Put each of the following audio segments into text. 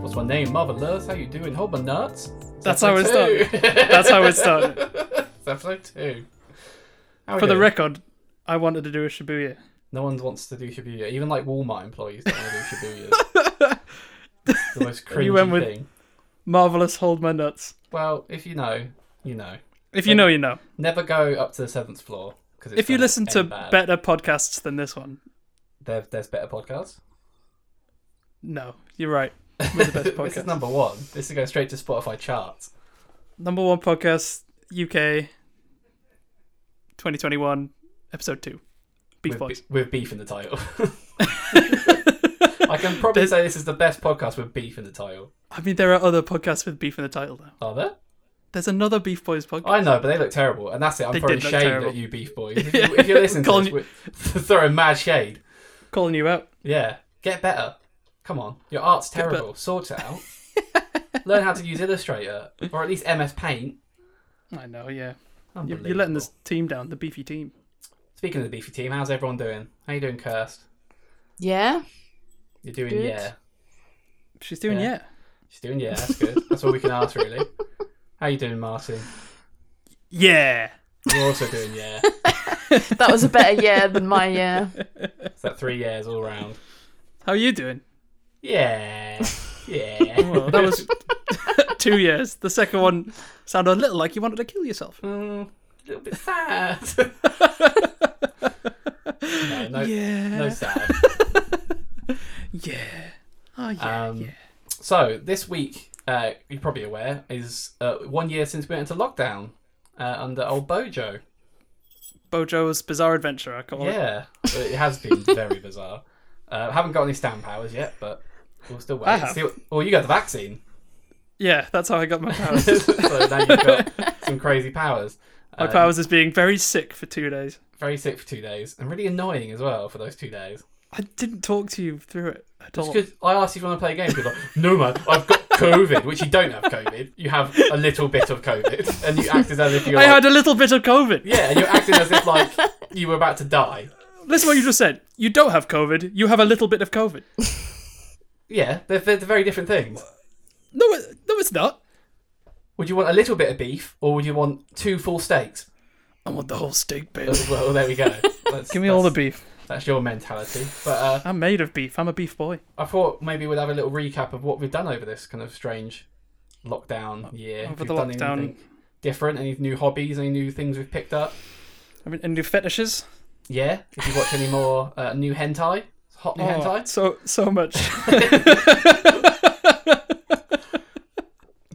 What's my name? Motherless. How you doing? Hold my nuts. It's That's how episode we started. two. That's how we started. It's episode two. How we For the doing? record, I wanted to do a Shibuya. no one wants to do Shibuya. Even like Walmart employees don't want to do Shibuya. the most cringy You went with- thing. Marvelous, hold my nuts. Well, if you know, you know. If you know, you know. Never go up to the seventh floor because If you listen to bad. better podcasts than this one, there, there's better podcasts. no, you're right. We're the best this is podcast. number one. This is going straight to Spotify charts. Number one podcast, UK, 2021, episode two. Beef with, Boys. be- with beef in the title. I can probably There's- say this is the best podcast with beef in the title. I mean, there are other podcasts with beef in the title, though. Are there? There's another Beef Boys podcast. I know, but they look terrible, and that's it. I'm They throwing did look shade terrible. at you, beef boys. If, you, if you're listening to Calling this, we're throwing mad shade. Calling you out. Yeah, get better. Come on, your art's better. terrible. Sort it out. Learn how to use Illustrator or at least MS Paint. I know, yeah. You're, Unbelievable. you're letting this team down, the beefy team. Speaking of the beefy team, how's everyone doing? How you doing, Kirst? Yeah. You're doing Good. yeah. She's doing Yeah. yeah. She's doing yeah. That's good. That's all we can ask really. How you doing, Martin? Yeah. You're also doing yeah. That was a better year than my year. It's that three years all round. How are you doing? Yeah. Yeah. Well, that was two years. The second one sounded a little like you wanted to kill yourself. Mm, a little bit sad. no, no, yeah. no sad. yeah. Oh, yeah. Um, yeah. So this week, uh, you're probably aware, is uh, one year since we went into lockdown uh, under old Bojo. Bojo's Bizarre Adventure, I call it. Yeah, it has been very bizarre. Uh, haven't got any stand powers yet, but we'll still wait. I have. See what- well, you got the vaccine, Yeah, that's how I got my powers. so now you've got some crazy powers. my Um, powers is being very sick for two days. Very sick for two days, and really annoying as well for those two days. I didn't talk to you through it at It's all. because I asked you if you want to play a game. You're like, no, man, I've got COVID, which you don't have COVID. You have a little bit of COVID, and you acted as if you. were I like, had a little bit of COVID. Yeah, and you acted as if like you were about to die. Listen to what you just said. You don't have COVID. You have a little bit of COVID. Yeah, they're, they're very different things. No, it- no, it's not. Would you want a little bit of beef, or would you want two full steaks? I want the whole steak, baby. Well, well, there we go. That's, Give me all the that's- beef. That's your mentality. But uh, I'm made of beef. I'm a beef boy. I thought maybe we'd have a little recap of what we've done over this kind of strange lockdown year. Over If the we've done lockdown. anything different? Any new hobbies? Any new things we've picked up? I mean, and new fetishes. Yeah. If you watch any more uh, new hentai, hot new Oh, hentai. So so much.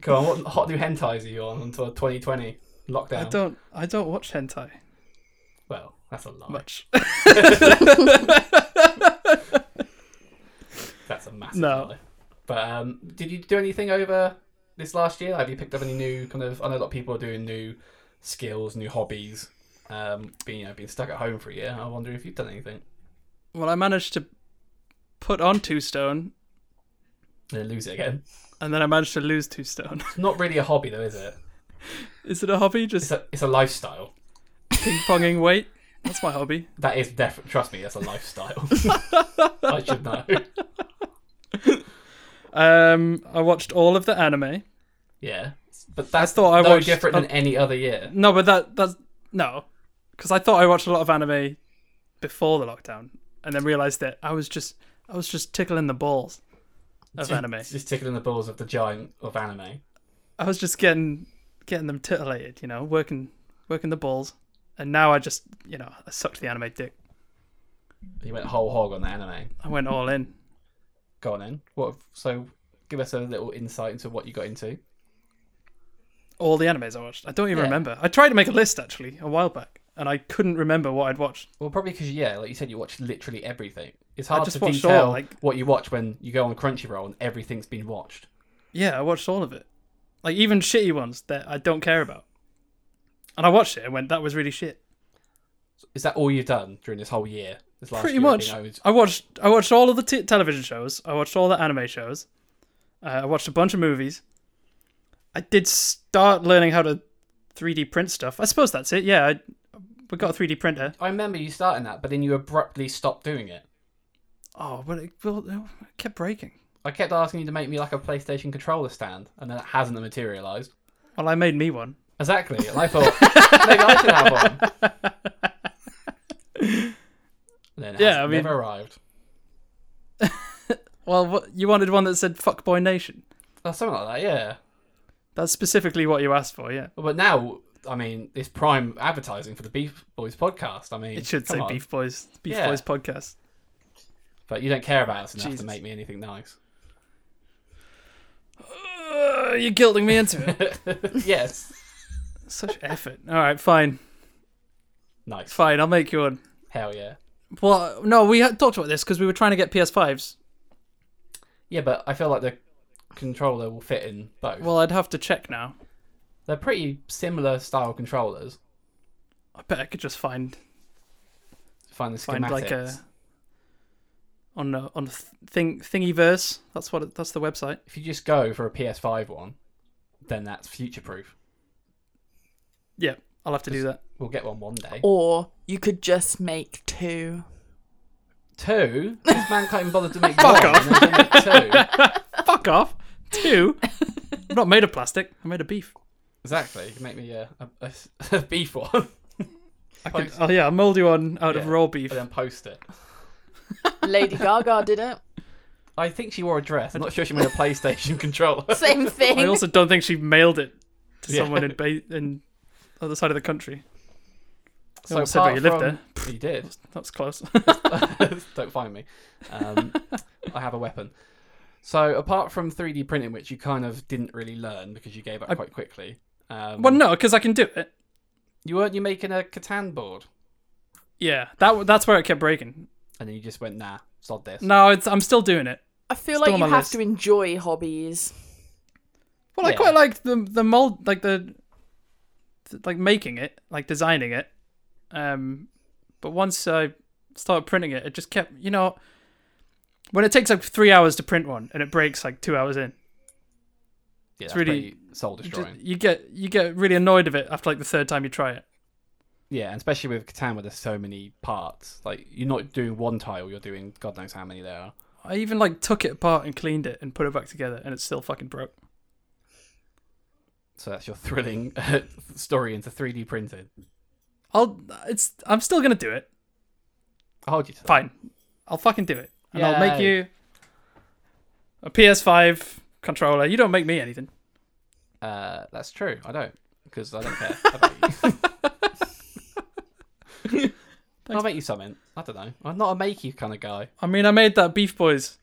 Come on, what hot new hentais are you on until 2020 I lockdown? don't I don't watch hentai Well, that's a lie. much. That's a massive No. lie. But um, did you do anything over this last year? Have you picked up any new kind of? I know a lot of people are doing new skills, new hobbies. Um, being you know being stuck at home for a year, I wonder if you've done anything. Well, I managed to put on two stone, Then lose it again. and then I managed to lose two stone. It's not really a hobby though, is it? Is it a hobby? It's Just a it's a lifestyle. ping ponging weight. That's my hobby. That is def- trust me, that's a lifestyle. I should know. Um, I watched all of the anime. Yeah, but I that's thought I no watched different oh, than any other year. no, but that that's no, because I thought I watched a lot of anime before the lockdown, and then realized that I was just I was just tickling the balls of anime. Just tickling the balls of the giant of anime. I was just getting getting them titillated, you know, working working the balls, and now I just you know I sucked the anime dick. You went whole hog on the anime. I went all in. Go on then. What? So, give us a little insight into what you got into. All the animes I watched. I don't even Yeah. remember. I tried to make a list actually a while back, and I couldn't remember what I'd watched. Well, probably because yeah, like you said, you watch literally everything. It's hard just to watched detail all, like- what you watch when you go on Crunchyroll and everything's been watched. Yeah, I watched all of it, like even shitty ones that I don't care about. And I watched it and went, that was really shit. Is that all you've done during this whole year? This last Pretty year much. being owned? I watched I watched all of the t- television shows. I watched all the anime shows. Uh, I watched a bunch of movies. I did start learning how to 3D print stuff. I suppose that's it. Yeah, I, we got a 3D printer. I remember you starting that, but then you abruptly stopped doing it. Oh, but it, well, it kept breaking. I kept asking you to make me like a PlayStation controller stand, and then it hasn't materialised. Well, I made me one. Exactly. And I thought maybe I should have one. And then it Yeah, has I mean- never arrived. Well, what, you wanted one that said "fuckboy nation." Or something like that. Yeah. That's specifically what you asked for. Yeah, But now, I mean, it's prime advertising for the Beef Boys podcast. I mean, it should come say on. "Beef Boys." Beef Yeah. Boys podcast. But you don't care about us enough Jesus. to make me anything nice. Uh, you're guilting me into it. yes. Such effort. All right, fine, Nice. fine. I'll make you one. Hell yeah. Well, no, we had talked about this because we were trying to get PS5s. Yeah, but I feel like the controller will fit in both. Well, I'd have to check now. They're pretty similar style controllers. I bet I could just find Find the schematics. find like a on a, on th- thing thingiverse. That's what it, that's the website. If you just go for a PS5 one, then that's future proof. Yeah, I'll have to do that. We'll get one one day. Or you could just make two. Two? This man can't even bother to make Fuck one. and then make two. Fuck off. Two. I'm not made of plastic. I'm made of beef. Exactly. You can make me a, a- a s- a beef one I could, Post- oh yeah, I'll mold you one out of Yeah. raw beef. and then post it. Lady Gaga did it. I think she wore a dress. I'm not sure she made a PlayStation controller. Same thing. I also don't think she mailed it to Yeah. someone in ba- in other side of the country. So almost said where apart you lived from- You did. That's close. Don't find me. Um, I have a weapon. So apart from 3D printing, which you kind of didn't really learn because you gave up I- quite quickly. Um, well, no, because I can do it. You weren't you making a Catan board, Yeah, that w- that's where it kept breaking. and then you just went nah, sod this. No, it's, I'm still doing it. I Still feel like on you my have list. to enjoy hobbies. Well, I Yeah. quite like the the mold, like the th- like making it, like designing it. Um, but once I started printing it, it just kept, you know, when it takes like three hours to print one and it breaks like two hours in, yeah, it's that's really- pretty soul you, destroying. just- you get you get really annoyed of it after like the third time you try it. Yeah, and especially with Catan, where there's so many parts. Like you're not doing one tile; you're doing God knows how many there are. I even like took it apart and cleaned it and put it back together, and it's still fucking broke. So that's your thrilling uh, story into 3D printing. I'll it's I'm still gonna do it. I'll hold you to that. Fine, I'll fucking do it, and I'll make Yay. you a PS5 controller. You don't make me anything. Uh, that's true. I don't because I don't care about you. I'll make you something. I don't know. I'm not a make you kind of guy. I mean, I made that Beef Boys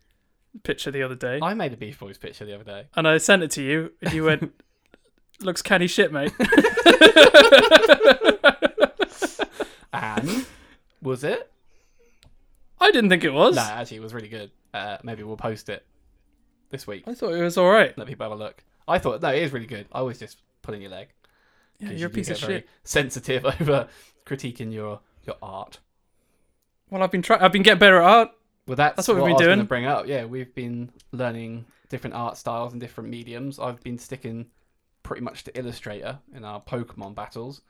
picture the other day, I made a Beef Boys picture the other day. and I sent it to you, and you went, "Looks canny shit, mate." And was it? I didn't think it was. No, actually, it was really good. Uh, maybe we'll post it this week. I thought it was all right. Let people have a look. I thought no, it is really good. I was just pulling your leg. Yeah, 'cause you're you a do piece of get very shit. Sensitive over critiquing your your art. Well, I've been trying. I've been getting better at art. Well, that's, That's what what, I we've been was going to doing. bring up. Yeah, we've been learning different art styles and different mediums. I've been sticking pretty much to Illustrator in our Pokemon battles.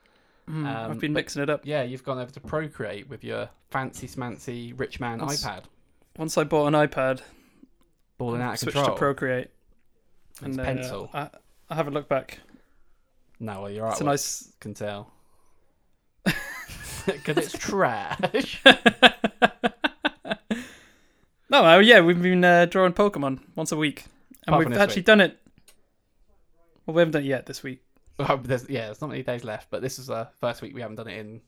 Mm, Um, I've been but- mixing it up. Yeah, you've gone over to Procreate with your fancy smancy rich man That's- iPad, Once I bought an iPad, balling out of switched control. to Procreate, It's uh, pencil. I, I haven't looked back. no, well, you're right. it's a nice. can tell because it's trash. No, uh, yeah, we've been uh, drawing Pokemon once a week, and Apart from we've this actually week. done it. Well, we haven't done it yet this week. Well, Oh, there's, yeah, there's not many days left, but this is the first week we haven't done it in.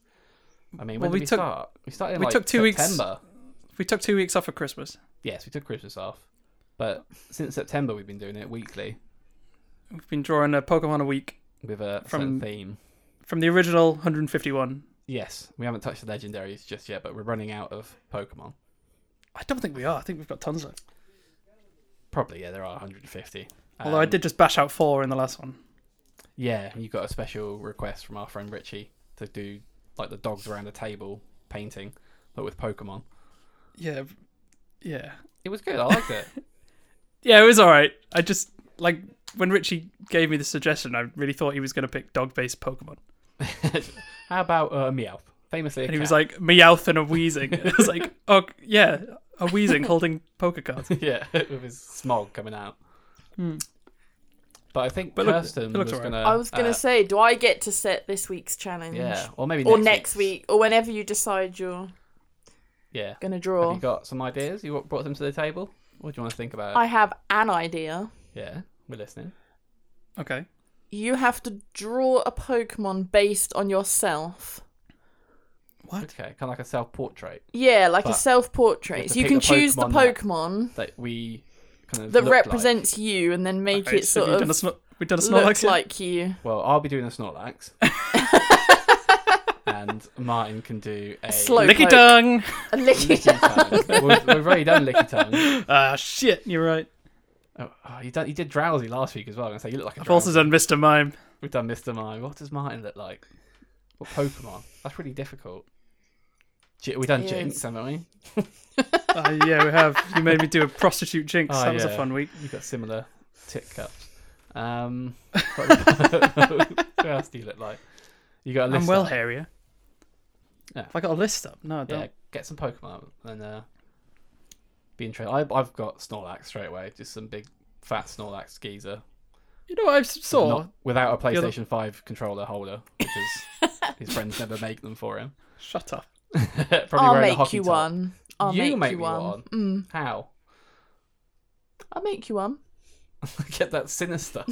I mean, Well, when we did we took- start? We started. In, we like, took two weeks- September. We took two weeks off for Christmas. Yes, we took Christmas off, but since September we've been doing it weekly We've been drawing a Pokemon a week with a From- certain theme. from the original 151. Yes, we haven't touched the legendaries just yet, but we're running out of Pokemon. I don't think we are. I think we've got tons left. Probably, yeah, there are 150. Although I Um, did just bash out four in the last one. Yeah, you got a special request from our friend Richie to do like the dogs around a table painting, but with Pokemon. Yeah, yeah, It was good. I liked it. yeah. It was all right. I just like when Richie gave me the suggestion. I really thought he was going to pick dog-based Pokemon, How about uh, Meowth? Famously, a and he was cat. like Meowth and a Wheezing. I was like, oh yeah, a wheezing holding poker cards. yeah, with his smog coming out. Hmm. But I think But it looked- Kirsten it looked was alright. gonna. I was gonna uh, say, do I get to set this week's challenge? Yeah, or maybe Or next, next week, or whenever you decide you're Yeah. gonna Have draw. you got some ideas? You brought them to the table. What do you want to think about? I have an idea. Yeah, we're listening. Okay. You have to draw a Pokemon based on yourself. What? Okay, kind of like a self-portrait Yeah, like But a self portrait. to So you pick can a choose the Pokemon that- Pokemon that we kind of that look like. represents you and then make Alright, it so sort have you done of a Snor- we've done a look Snorlax. yet? like you. Well, I'll be doing a Snorlax, and Martin can do a, slow- Licky Poke. tongue. A licky licky tongue. we've, we've already done licky tongue. Ah, shit. You're right. Oh, oh, you, done, you did drowsy last week as well. I'm gonna say you look like a I've also drowsy. done Mr. Mime. We've done Mr. Mime. What does Martin look like? What Pokemon? That's really difficult. J- We've done It Jinx, is. haven't we? Uh, yeah, we have. You made me do a prostitute jinx. Oh, that was a yeah. fun week. You've got similar tit cups. Um, what what else do you look like? You got a list. I'm well up? hairier. Yeah. Have I got a list up? No, I don't. Yeah, get some Pokemon and uh, be interested. I, I've got Snorlax straight away. Just some big fat Snorlax geezer. You know, what I saw. Not- without a other- PlayStation 5 controller holder because his friends never make them for him. Shut up. Probably I'll wearing a make hockey you top. one. I'll You make, make you me one. one. Mm, How? I'll make you one. Get that sinister.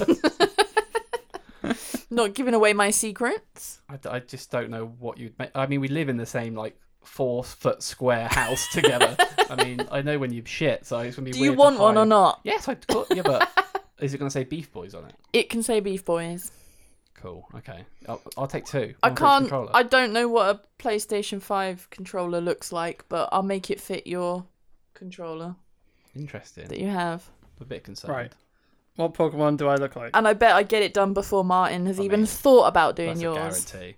Not giving away my secrets. I, d- I just don't know what you'd make. I mean, we live in the same like four foot square house together. I mean, I know when you shit, so it's gonna be. Do weird you to want one or hide- not? Yes, I could. Yeah, but is it gonna say Beef Boys on it? It can say Beef Boys. Cool. Okay, I'll, I'll take two. I one for each can't. controller. I don't know what a PlayStation 5 controller looks like, but I'll make it fit your controller Interesting. that you have. I'm a bit concerned. Right. What Pokemon do I look like? And I bet I get it done before Martin has I even mean, thought about doing That's yours. a guarantee.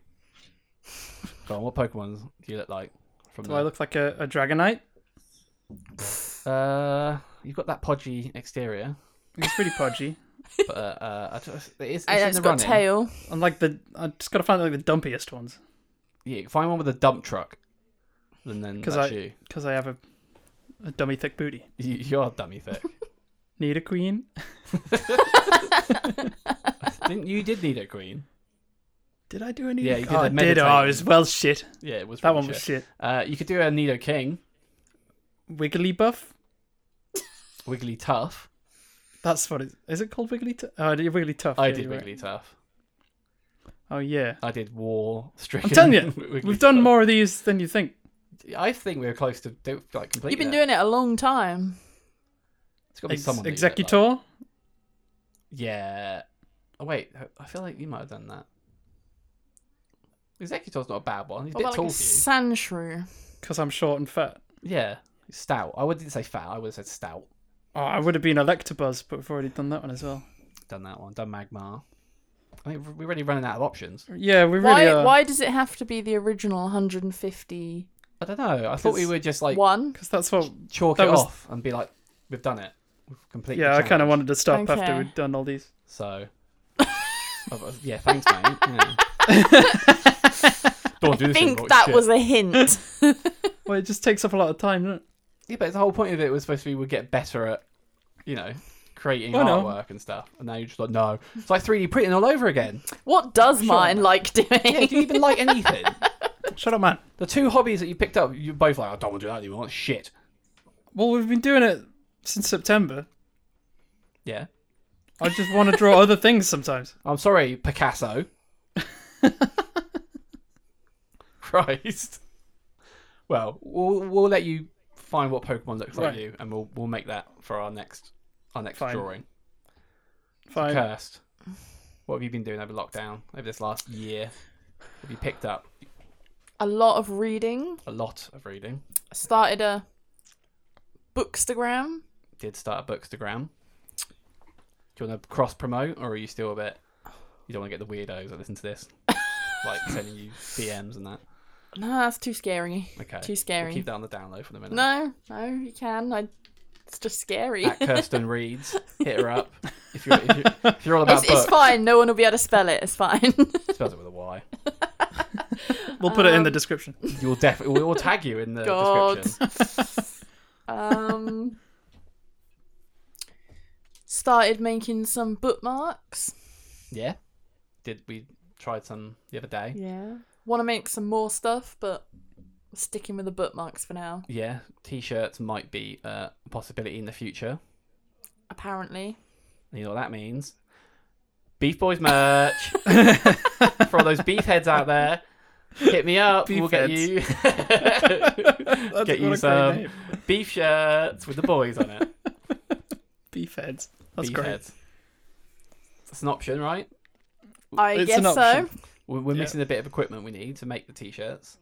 Go on. What Pokemon do you look like? From Do there? I look like a, a Dragonite? Uh, you've got that podgy exterior, It's pretty pudgy. but uh, uh I just, it is, it's And in it's the got running. tail. I'm like the. I just gotta find like the dumpiest ones Yeah, find one with a dump truck, and then 'Cause that's I- you. because I have a, a dummy thick booty. you. You're dummy thick. Need a queen? Didn't you? Did need a queen? Did I do any? Yeah, you did oh, a I did. Oh, meditating. it was well shit. Yeah, it was That really one was shit. shit. Uh, you could do a Nido King, Wiggly buff. Wiggly Tough. That's what it is. It called Wiggly. T- oh, I did Wiggly tough. I did Wiggly. Wiggly Tough. Oh yeah. I did War Stricken. I'm telling you, We've done more of these than you think. I think we were close to do, like completely. You've been there. doing it a long time. It's got to be Ex- someone. that you look like. executor. Yeah. Oh, wait, I feel like you might have done that. Executor's not a bad one. He's a What bit about tall like a for you. sand shrew? Because I'm short and fat. Yeah, he's stout. I wouldn't say fat. I would have said stout. Oh, I would have been Electabuzz, but we've already done that one as well. Done that one. Done Magmar. I think we're really running out of options. Yeah, we really why? uh, are. Why does it have to be the original 150 I don't know. I thought we Because- would just like one? Because that's what. chalk that it was- off and be like, we've done it. We've completed. Yeah, the I kind of challenge." wanted to stop after Okay. we'd done all these. So. Oh, yeah, thanks, mate. Yeah. Don't do I this think that was a hint. Well, it just takes up a lot of time. Doesn't it? Yeah, but the whole point of it was supposed to be we get better at, you know, creating I know. artwork and stuff. And now you're just like, no. It's like 3D printing all over again. what does Sure. Martin like doing? Yeah, do you even like anything? Shut up, man. The two hobbies that you picked up, you're both like, I don't want to do that anymore. It's shit. Well, we've been doing it since September. Yeah. I just want to draw other things sometimes. I'm sorry, Picasso. Christ. Well, we'll we'll let you find what Pokemon looks like Right. you, and we'll we'll make that for our next our next Fine. drawing. Fine. Cursed. What have you been doing over lockdown? Over this last year, have you picked up a lot of reading. a lot of reading? Started a bookstagram. Did start a Bookstagram. Do you want to cross promote, or are you still a bit? You don't want to get the weirdos that listen to this, like sending you DMs and that. No, that's too scary. Okay. Too scary. We'll keep that on the download for the minute. No, no, you can. I, it's just scary. At Kirsten Reeds, hit her up. If you're if you're, if you're all about It's, it's books, fine. No one will be able to spell it. It's fine. spells it with a Y. We'll put it in the Um, description. You'll definitely we'll, we'll tag you in the God. description. Um, started making some bookmarks. Yeah. Did we tried some the other day? Yeah. Want to make some more stuff, but sticking with the bookmarks for now. Yeah. T-shirts might be uh, a possibility in the future. Apparently, You know what that means? Beef Boys merch for all those beef heads out there. Hit me up. Beef we'll get heads. you That's Get what you a some great name. beef shirts with the boys on it. beef heads. That's beef great. heads. It's an option, right? I It's an guess so. option. We're, we're Yeah. missing a bit of equipment we need to make the t-shirts.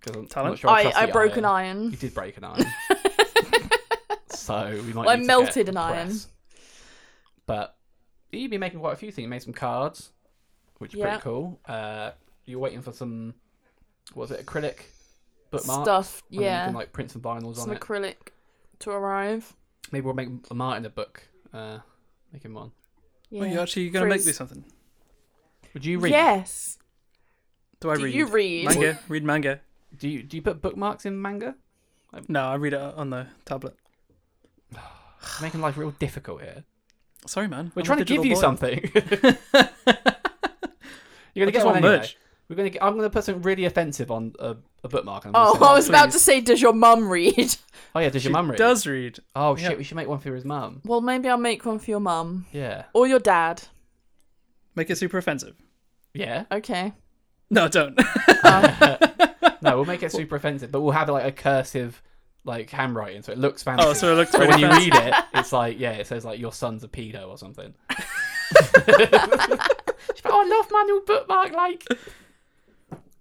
Because I'm Talent? not sure. I, I, trust I the broke an You iron. did break an iron, so we might. Well, I need to melted get an a iron. press. But you've been making quite a few things. You made some cards, which are Yeah. pretty cool. Uh, you're waiting for some. What was it acrylic bookmark? Stuff, And then You yeah. can like print some vinyls some on it. acrylic to arrive. Maybe we'll make a Martin a book. Uh, make him one. Yeah. Wait, you're actually going to make Frizz. me something? Would Oh, you read? Yes. Do I Do read? you read? manga? read manga? Do you do you put bookmarks in manga? No, I read it on the tablet. Making life real difficult here. Sorry, man. We're I'm a trying to digital give you boy. something. You're I gonna just get one want anyway. merch. We're gonna. Get, I'm gonna put something really offensive on a, a bookmark. And I'm Oh, gonna I say, was about to say, does your mum read? oh yeah, does your She mum read? does read. Oh Yeah. shit, we should make one for his mum. Well, maybe I'll make one for your mum Yeah. or your dad. Make it super offensive. Yeah. Okay. No, don't. Um. No, we'll make it super offensive, but we'll have like a cursive, like handwriting, so it looks fancy. oh, so it looks So really when you fancy. read it, it's like yeah, it says like your son's a pedo or something. She's like, oh, I love my new bookmark, like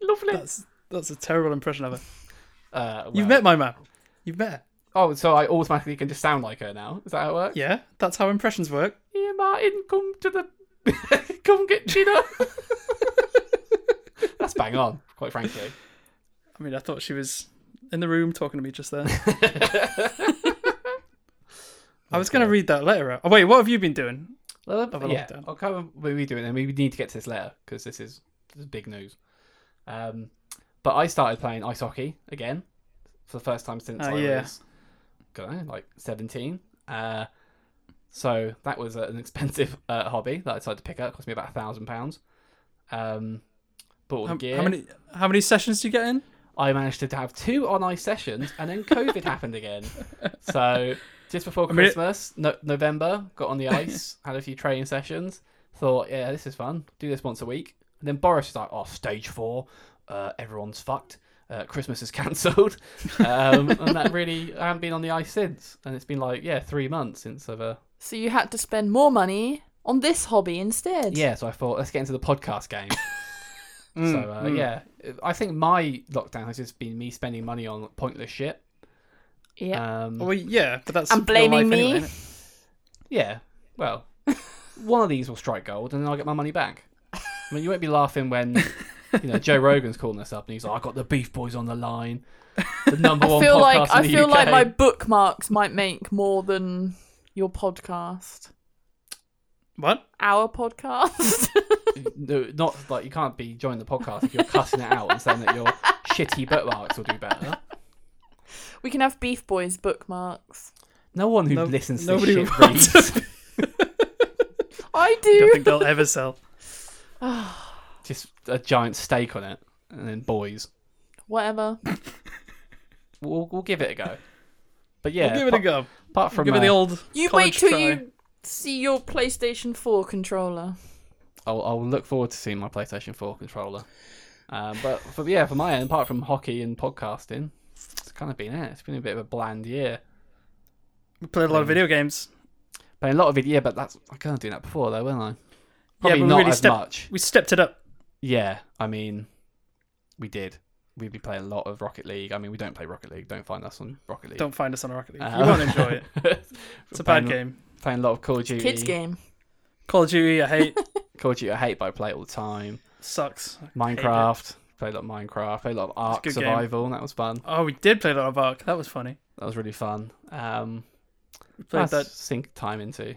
lovely. That's that's a terrible impression of her. Uh, You've well- met my mum. You've met. her. Oh, so I automatically can just sound like her now. Is that how it works? Yeah, that's how impressions work. Yeah, Martin, come to the. come get dinner. That's bang on, quite frankly. I mean, I thought she was in the room talking to me just then. I was going to read that letter out. Oh, wait, what have you been doing? Well, Have a yeah, lockdown. I'll cover what we doing, and we need to get to this later because this is, this is big news. Um, but I started playing ice hockey again for the first time since Oh, I yeah. was, God, I don't know, like seventeen. Uh, so that was uh, an expensive uh, hobby that I decided to pick up. cost me about a thousand pounds. Um, bought all the How, gear. how many how many sessions do you get in? I managed to have two on ice sessions, and then COVID happened again. So just before I mean, it- Christmas, no- November, got on the ice, had a few training sessions. Thought, yeah, this is fun. Do this once a week. And then Boris was like, "Oh, stage four, uh, everyone's fucked. Uh, Christmas is cancelled." Um, and that really, I haven't been on the ice since. And it's been like, yeah, three months since I've. Uh... So you had to spend more money on this hobby instead. Yeah, so I thought, let's get into the podcast game. Mm, So uh, mm. yeah, I think my lockdown has just been me spending money on pointless shit. Yeah. Um, Oh, Well, yeah, but that's I'm your blaming life me. Anyway, innit? Yeah. Well, one of these will strike gold, and then I'll get my money back. I mean, you won't be laughing when you know Joe Rogan's calling us up, and he's like, "I got the Beef Boys on the line, the number I one feel podcast like I in the feel UK." like my bookmarks might make more than your podcast. What? Our podcast. No, not like you can't be joining the podcast if you're cussing it out and saying that your shitty bookmarks will do better. we can have Beef Boys bookmarks. No one who No- listens to this nobody shit wants reads. I Don't do. think they'll ever sell. Just a giant steak on it, and then boys. Whatever. We'll, we'll give it a go. But yeah, we'll give it a apart- go. Apart from give it the uh, old. You wait college till try. you see your PlayStation 4 controller. I'll, I'll look forward to seeing my PlayStation 4 controller. Um, but for, yeah, for my end, apart from hockey and podcasting, it's kind of been it. It's been a bit of a bland year. We played Um, a lot of video games. Playing a lot of it, yeah, but that's I kind of doing that before though, weren't I? Probably yeah, but not we really as stepped much. we stepped it up. Yeah, I mean, we did. We'd be playing a lot of Rocket League. I mean, we don't play Rocket League. Don't find us on Rocket League. Don't find us on Rocket League. Uh, you won't enjoy it. It's a bad playing, game. Playing a lot of Call of E. Duty. Kids game. Call of Duty, I hate. Call of Duty I hate, but I play it all the time. Sucks. I hate it. Minecraft. Played a lot of Minecraft. Played a lot of Ark good game. Survival. That was fun. Oh, we did play a lot of Ark. That was funny. That was really fun. Um, We played that's that. sink time into.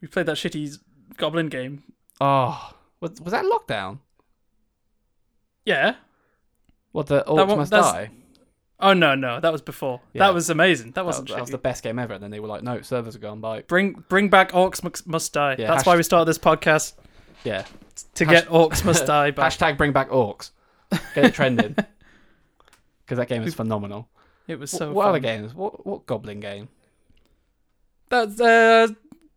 We played that shitty goblin game. Oh, was, was that lockdown? Yeah, What the one- orcs must that's- die? Oh no, no, that was before. Yeah. That was amazing. That That, wasn't. that was shitty. the best game ever. And then they were like, no, servers are gone. By Bring bring back orcs must, must die. Yeah, That's hash- why we started this podcast yeah, to Hash- get orcs must die back. hashtag bring back orcs. Get it trending because that game is phenomenal. it was Wh- so. what fun. other games? What what goblin game? That's uh,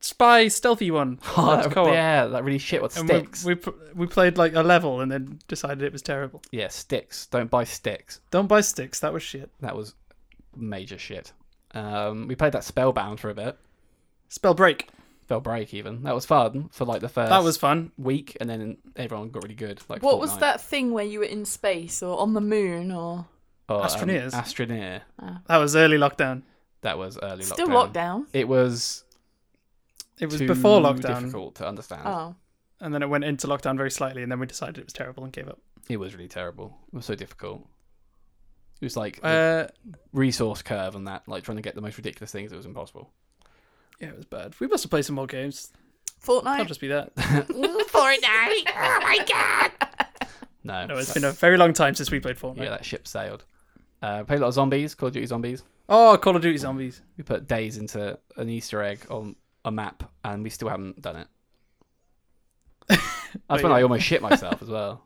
spy stealthy one. That's co-op. yeah, that really shit with And we- Oh, sticks. we pr- we played like a level and then decided it was terrible. Yeah, sticks. Don't buy sticks. Don't buy sticks. That was shit. That was major shit. Um, we played that Spellbound for a bit. Spell break. Spell Break even. That was fun for like the first That was fun. week, and then everyone got really good. Like What was Fortnite. that thing where you were in space or on the moon or Or, um, Astroneers? Astroneer. That was early lockdown. That was early still lockdown. lockdown? It was. It was too before lockdown, Difficult to understand. Oh, and then it went into lockdown very slightly, and then we decided it was terrible and gave up. It was really terrible. It was so difficult. It was like the Uh, resource curve and that, like trying to get the most ridiculous things. It was impossible. yeah, it was bad. We must have played some more games. Can't Fortnite. just be that. Fortnite. Oh my god. No, No, it's been a very long time since we played Fortnite. yeah, that ship sailed. Uh, played a lot of zombies, Call of Duty zombies. Oh, Call of Duty Zombies. We put days into an Easter egg on a map, and we still haven't done it. That's when I almost shit myself as well.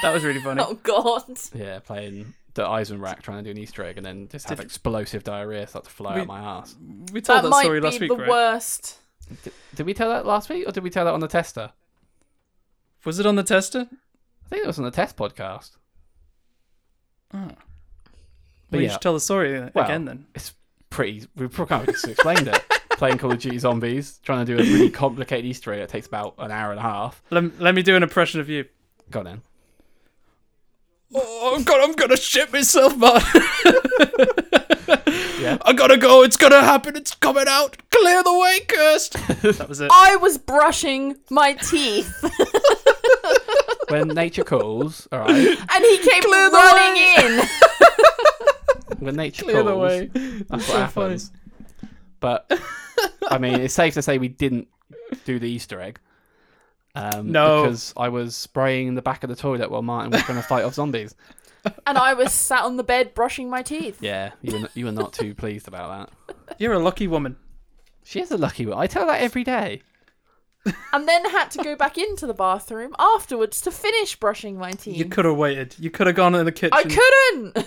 That was really funny. Oh god. Yeah, playing the Eisenrack, trying to do an Easter egg, and then just have Did- explosive diarrhea start to fly We- out my ass. We told That, that, might story be last week, the right? worst. Did we tell that last week, or did we tell that on the tester? Was it on the tester? I think it was on the test podcast. Oh. But we yeah. should tell the story uh, Well, again then. It's pretty. We probably can't just explained it. Playing Call of Duty Zombies, trying to do a really complicated Easter egg that takes about an hour and a half. Let, let me do an impression of you. Go on then. Oh God, I'm gonna shit myself, man. Yeah. I gotta go. It's gonna happen. It's coming out. Clear the way, cursed. that was it. I was brushing my teeth When nature calls, all right. and he came Clear the running in. When nature Clear calls, the way. that's what so funny. happens. But I mean, it's safe to say we didn't do the Easter egg. Um, No. because I was spraying the back of the toilet while Martin was trying to fight off zombies. and I was sat on the bed brushing my teeth. Yeah, you were, you were not too pleased about that. You're a lucky woman. She is a lucky one. I tell her that every day. And then had to go back into the bathroom afterwards to finish brushing my teeth. You could have waited. You could have gone in the kitchen. I couldn't.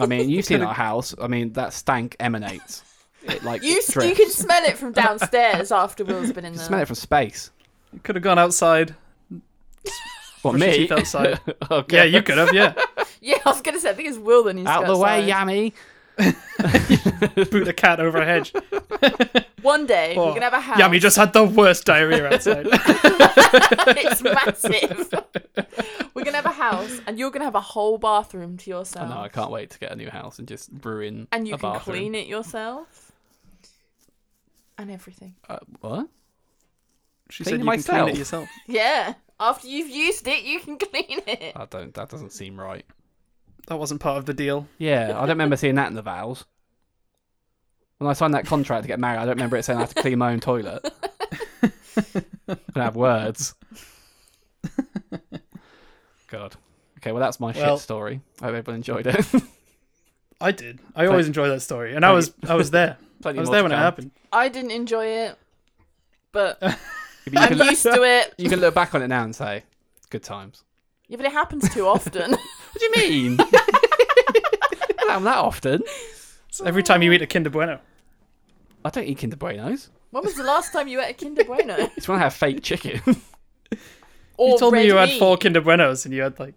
I mean, you've seen our house. I mean, that stank emanates. It like You uh, it s- you drifts. can smell it from downstairs after Will's been in You smell there. it from space. You could have gone outside. What Brush your me? teeth outside. okay. Yeah, you could have. Yeah. Yeah, I was gonna say I think it's Will that needs Out to the go way, outside. yummy. boot a cat over a hedge. One day Oh. we're gonna have a house. Yummy just had the worst diarrhea outside. it's massive. we're gonna have a house, and you're gonna have a whole bathroom to yourself. No, I can't wait to get a new house and just ruin and you a can bathroom. clean it yourself and everything. Uh, what? she Clean said you can myself. clean it yourself. Yeah. After you've used it, you can clean it. I don't. That doesn't seem right. That wasn't part of the deal. Yeah, I don't remember seeing that in the vows. When I signed that contract to get married, I don't remember it saying I have to clean my own toilet. Gonna have words. God. Okay, well that's my Well- shit story. I hope everyone enjoyed it. I did. I always enjoy that story, and I was I was there. I Plenty was more there to when it come. happened. I didn't enjoy it, but You I'm can, used to it. you can look back on it now and say, good times. Yeah, but it happens too often. What do you mean? Not that often. It's every time you eat a Kinder Bueno, I don't eat Kinder Buenos. when was the last time you ate a Kinder Bueno? It's when I have fake chicken. Or you told me red you had meat? four Kinder Buenos, and you had like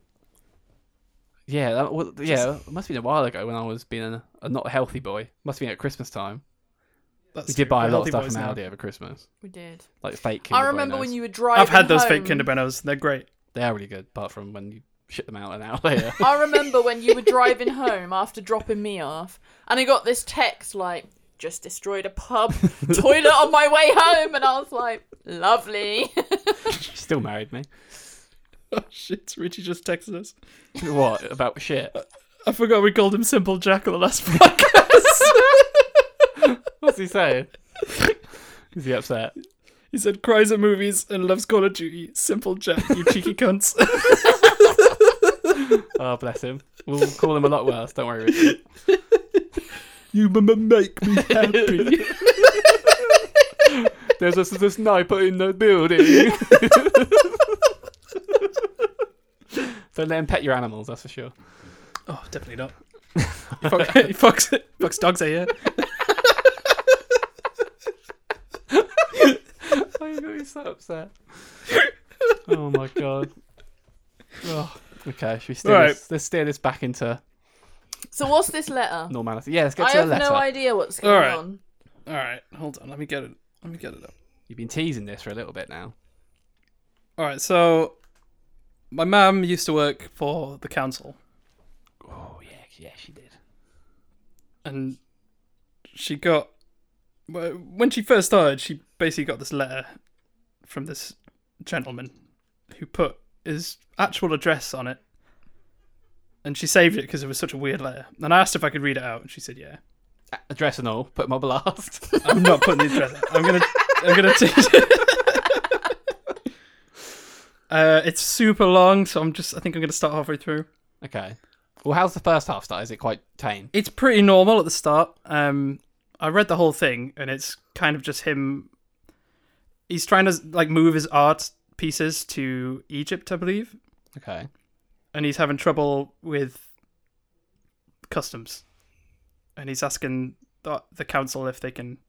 yeah, that, well, yeah. It must have been a while ago when I was being a, a not healthy boy. Must have been at Christmas time. that's We did true. buy a We're lot of healthy stuff boys from now. Aldi over Christmas, We did. like fake. I Kinder remember Buenos. when you were driving. I've had those fake home- Kinder Buenos. They're great. They are really good, apart from when you shit them out an hour later. I remember when you were driving home after dropping me off, and I got this text like, just destroyed a pub toilet on my way home, and I was like, lovely. she still married me. Oh shit! Richie just texted us. What about shit? I forgot we called him Simple Jack on the last podcast. What's he saying? Is he upset? he said cries at movies and loves Call of Duty. Simple Jack, you cheeky cunts. Oh, bless him. We'll call him a lot worse. Don't worry, Richard. You m- m- make me happy. There's a, there's a sniper in the building. Don't let him pet your animals, that's for sure. oh, definitely not. He fucks, he fucks, fucks dogs, eh? Yeah. Why are you going to be so upset? Oh my god. Oh, okay, should we steer, Right. this, let's steer this back into So what's this letter? normality? Yeah, let's get I to the have letter. no idea what's going Alright. on. All right, hold on. Let me get it. Let me get it up. You've been teasing this for a little bit now. All right, so my mum used to work for the council, Oh yeah, yeah, she did. and she got well, when she first started, she basically got this letter from this gentleman who put his actual address on it, and she saved it because it was such a weird letter. And I asked if I could read it out, and she said, "Yeah, Address and all, put him on blast. I'm not putting the address. out. I'm gonna, I'm gonna." t- Uh, it's super long, so I'm just. I think I'm gonna start halfway through. okay. Well, how's the first half start? Is it quite tame? it's pretty normal at the start. Um, I read the whole thing, and it's kind of just him. He's trying to like move his art pieces to Egypt, I believe, Okay. and he's having trouble with customs, and he's asking the, the council if they can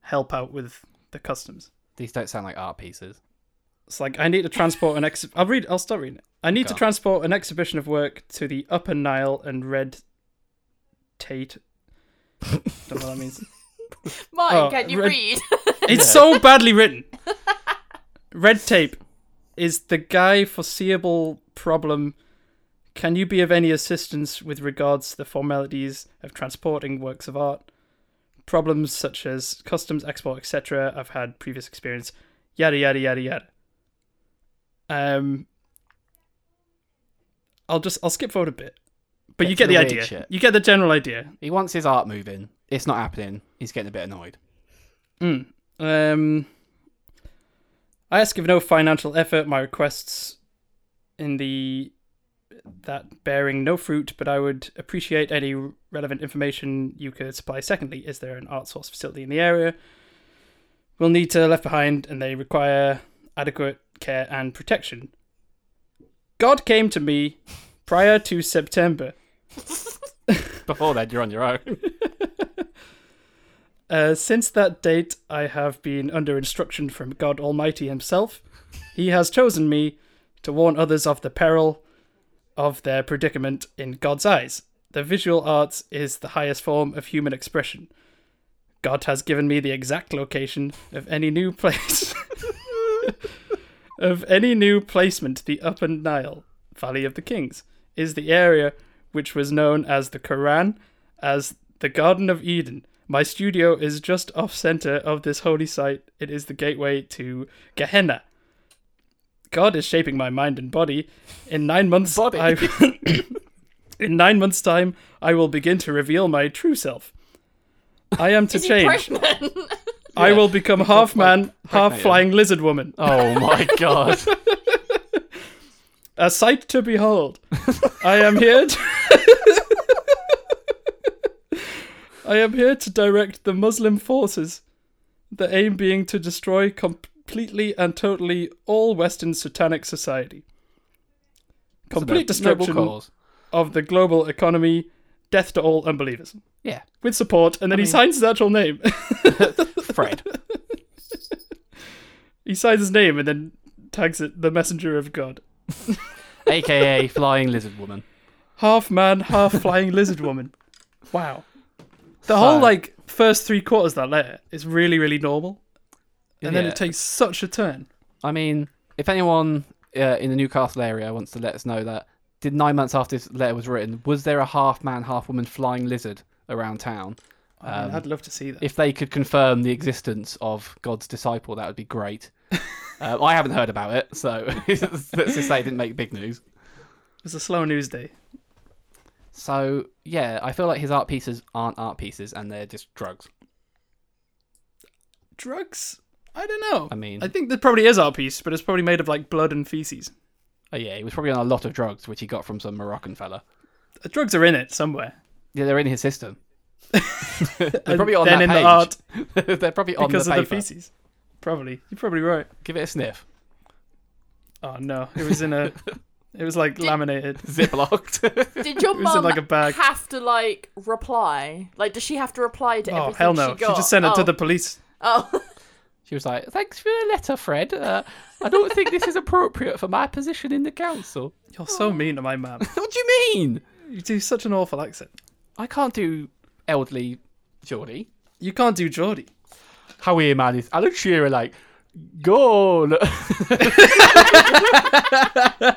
help out with the customs. These don't sound like art pieces. It's like I need to transport an ex. I'll read. I'll start reading. It. I need Go to on. transport an exhibition of work to the Upper Nile and Red Tate. Don't know what that means. Martin, Oh, can you red- read? It's Yeah. so badly written. Red tape is the guy foreseeable problem. Can you be of any assistance with regards to the formalities of transporting works of art? Problems such as customs, export, etc. I've had previous experience. Yada yada yada yada. Um, I'll just I'll skip forward a bit, but Get you to get the the weird idea. shit. You get the general idea. He wants his art moving. It's not happening. He's getting a bit annoyed. Mm. Um, I ask of no financial effort. My requests in the that bearing no fruit, but I would appreciate any relevant information you could supply. Secondly, is there an art source facility in the area? Will need to left behind, and they require adequate care and protection. God came to me prior to September. Before that, you're on your own. Uh, since that date, I have been under instruction from God Almighty Himself. He has chosen me to warn others of the peril of their predicament in God's eyes. The visual arts is the highest form of human expression. God has given me the exact location of any new place. of any new placement, the Upper Nile, Valley of the Kings, is the area which was known as the Quran, as the Garden of Eden. My studio is just off center of this holy site. It is the gateway to Gehenna. God is shaping my mind and body. In nine months, Body. I, in nine months' time, I will begin to reveal my true self. I am to Is he change. pregnant? I Yeah. will become half man, half pregnant. flying lizard woman. Oh my god. A sight to behold. I am here to I am here to direct the Muslim forces, the aim being to destroy completely and totally all Western satanic society. Complete It's a noble destruction cause. of the global economy, death to all unbelievers. Yeah, With support, and then he mean- signs his actual name. Fred. he signs his name and then tags it the messenger of God. AKA Flying Lizard Woman. half man, half flying lizard woman. Wow. The So- whole like first three quarters of that letter is really, really normal. And then Yeah. it takes such a turn. I mean, if anyone uh, in the Newcastle area wants to let us know that, did nine months after this letter was written, was there a half man, half woman flying lizard around town? I mean, Um, I'd love to see that. If they could confirm the existence of God's disciple, that would be great. uh, I haven't heard about it, so let's just say it didn't make big news. It was a slow news day. So, yeah, I feel like his art pieces aren't art pieces and they're just drugs. Drugs? I don't know. I mean, I think there probably is our piece, but it's probably made of like blood and feces. Oh yeah, he was probably on a lot of drugs, which he got from some Moroccan fella. The Uh, drugs are in it somewhere. Yeah, they're in his system. they're probably on then that in page. the art they're probably on because the of paper. the feces. Probably. You're probably right. Give it a sniff. Oh no, it was in a. it was like laminated. Ziplocked. Did your It was in, mum like, a bag. have to like reply? Like, does she have to reply to Oh everything hell no! she got? just sent it to Oh. the police. Oh, She was like, "Thanks for the letter, Fred. Uh, I don't think this is appropriate for my position in the council." You're Oh. so mean to my mum. what do you mean? You do such an awful accent. I can't do elderly Geordie. You can't do Geordie. How are you, man? Is Alan Shearer like goal?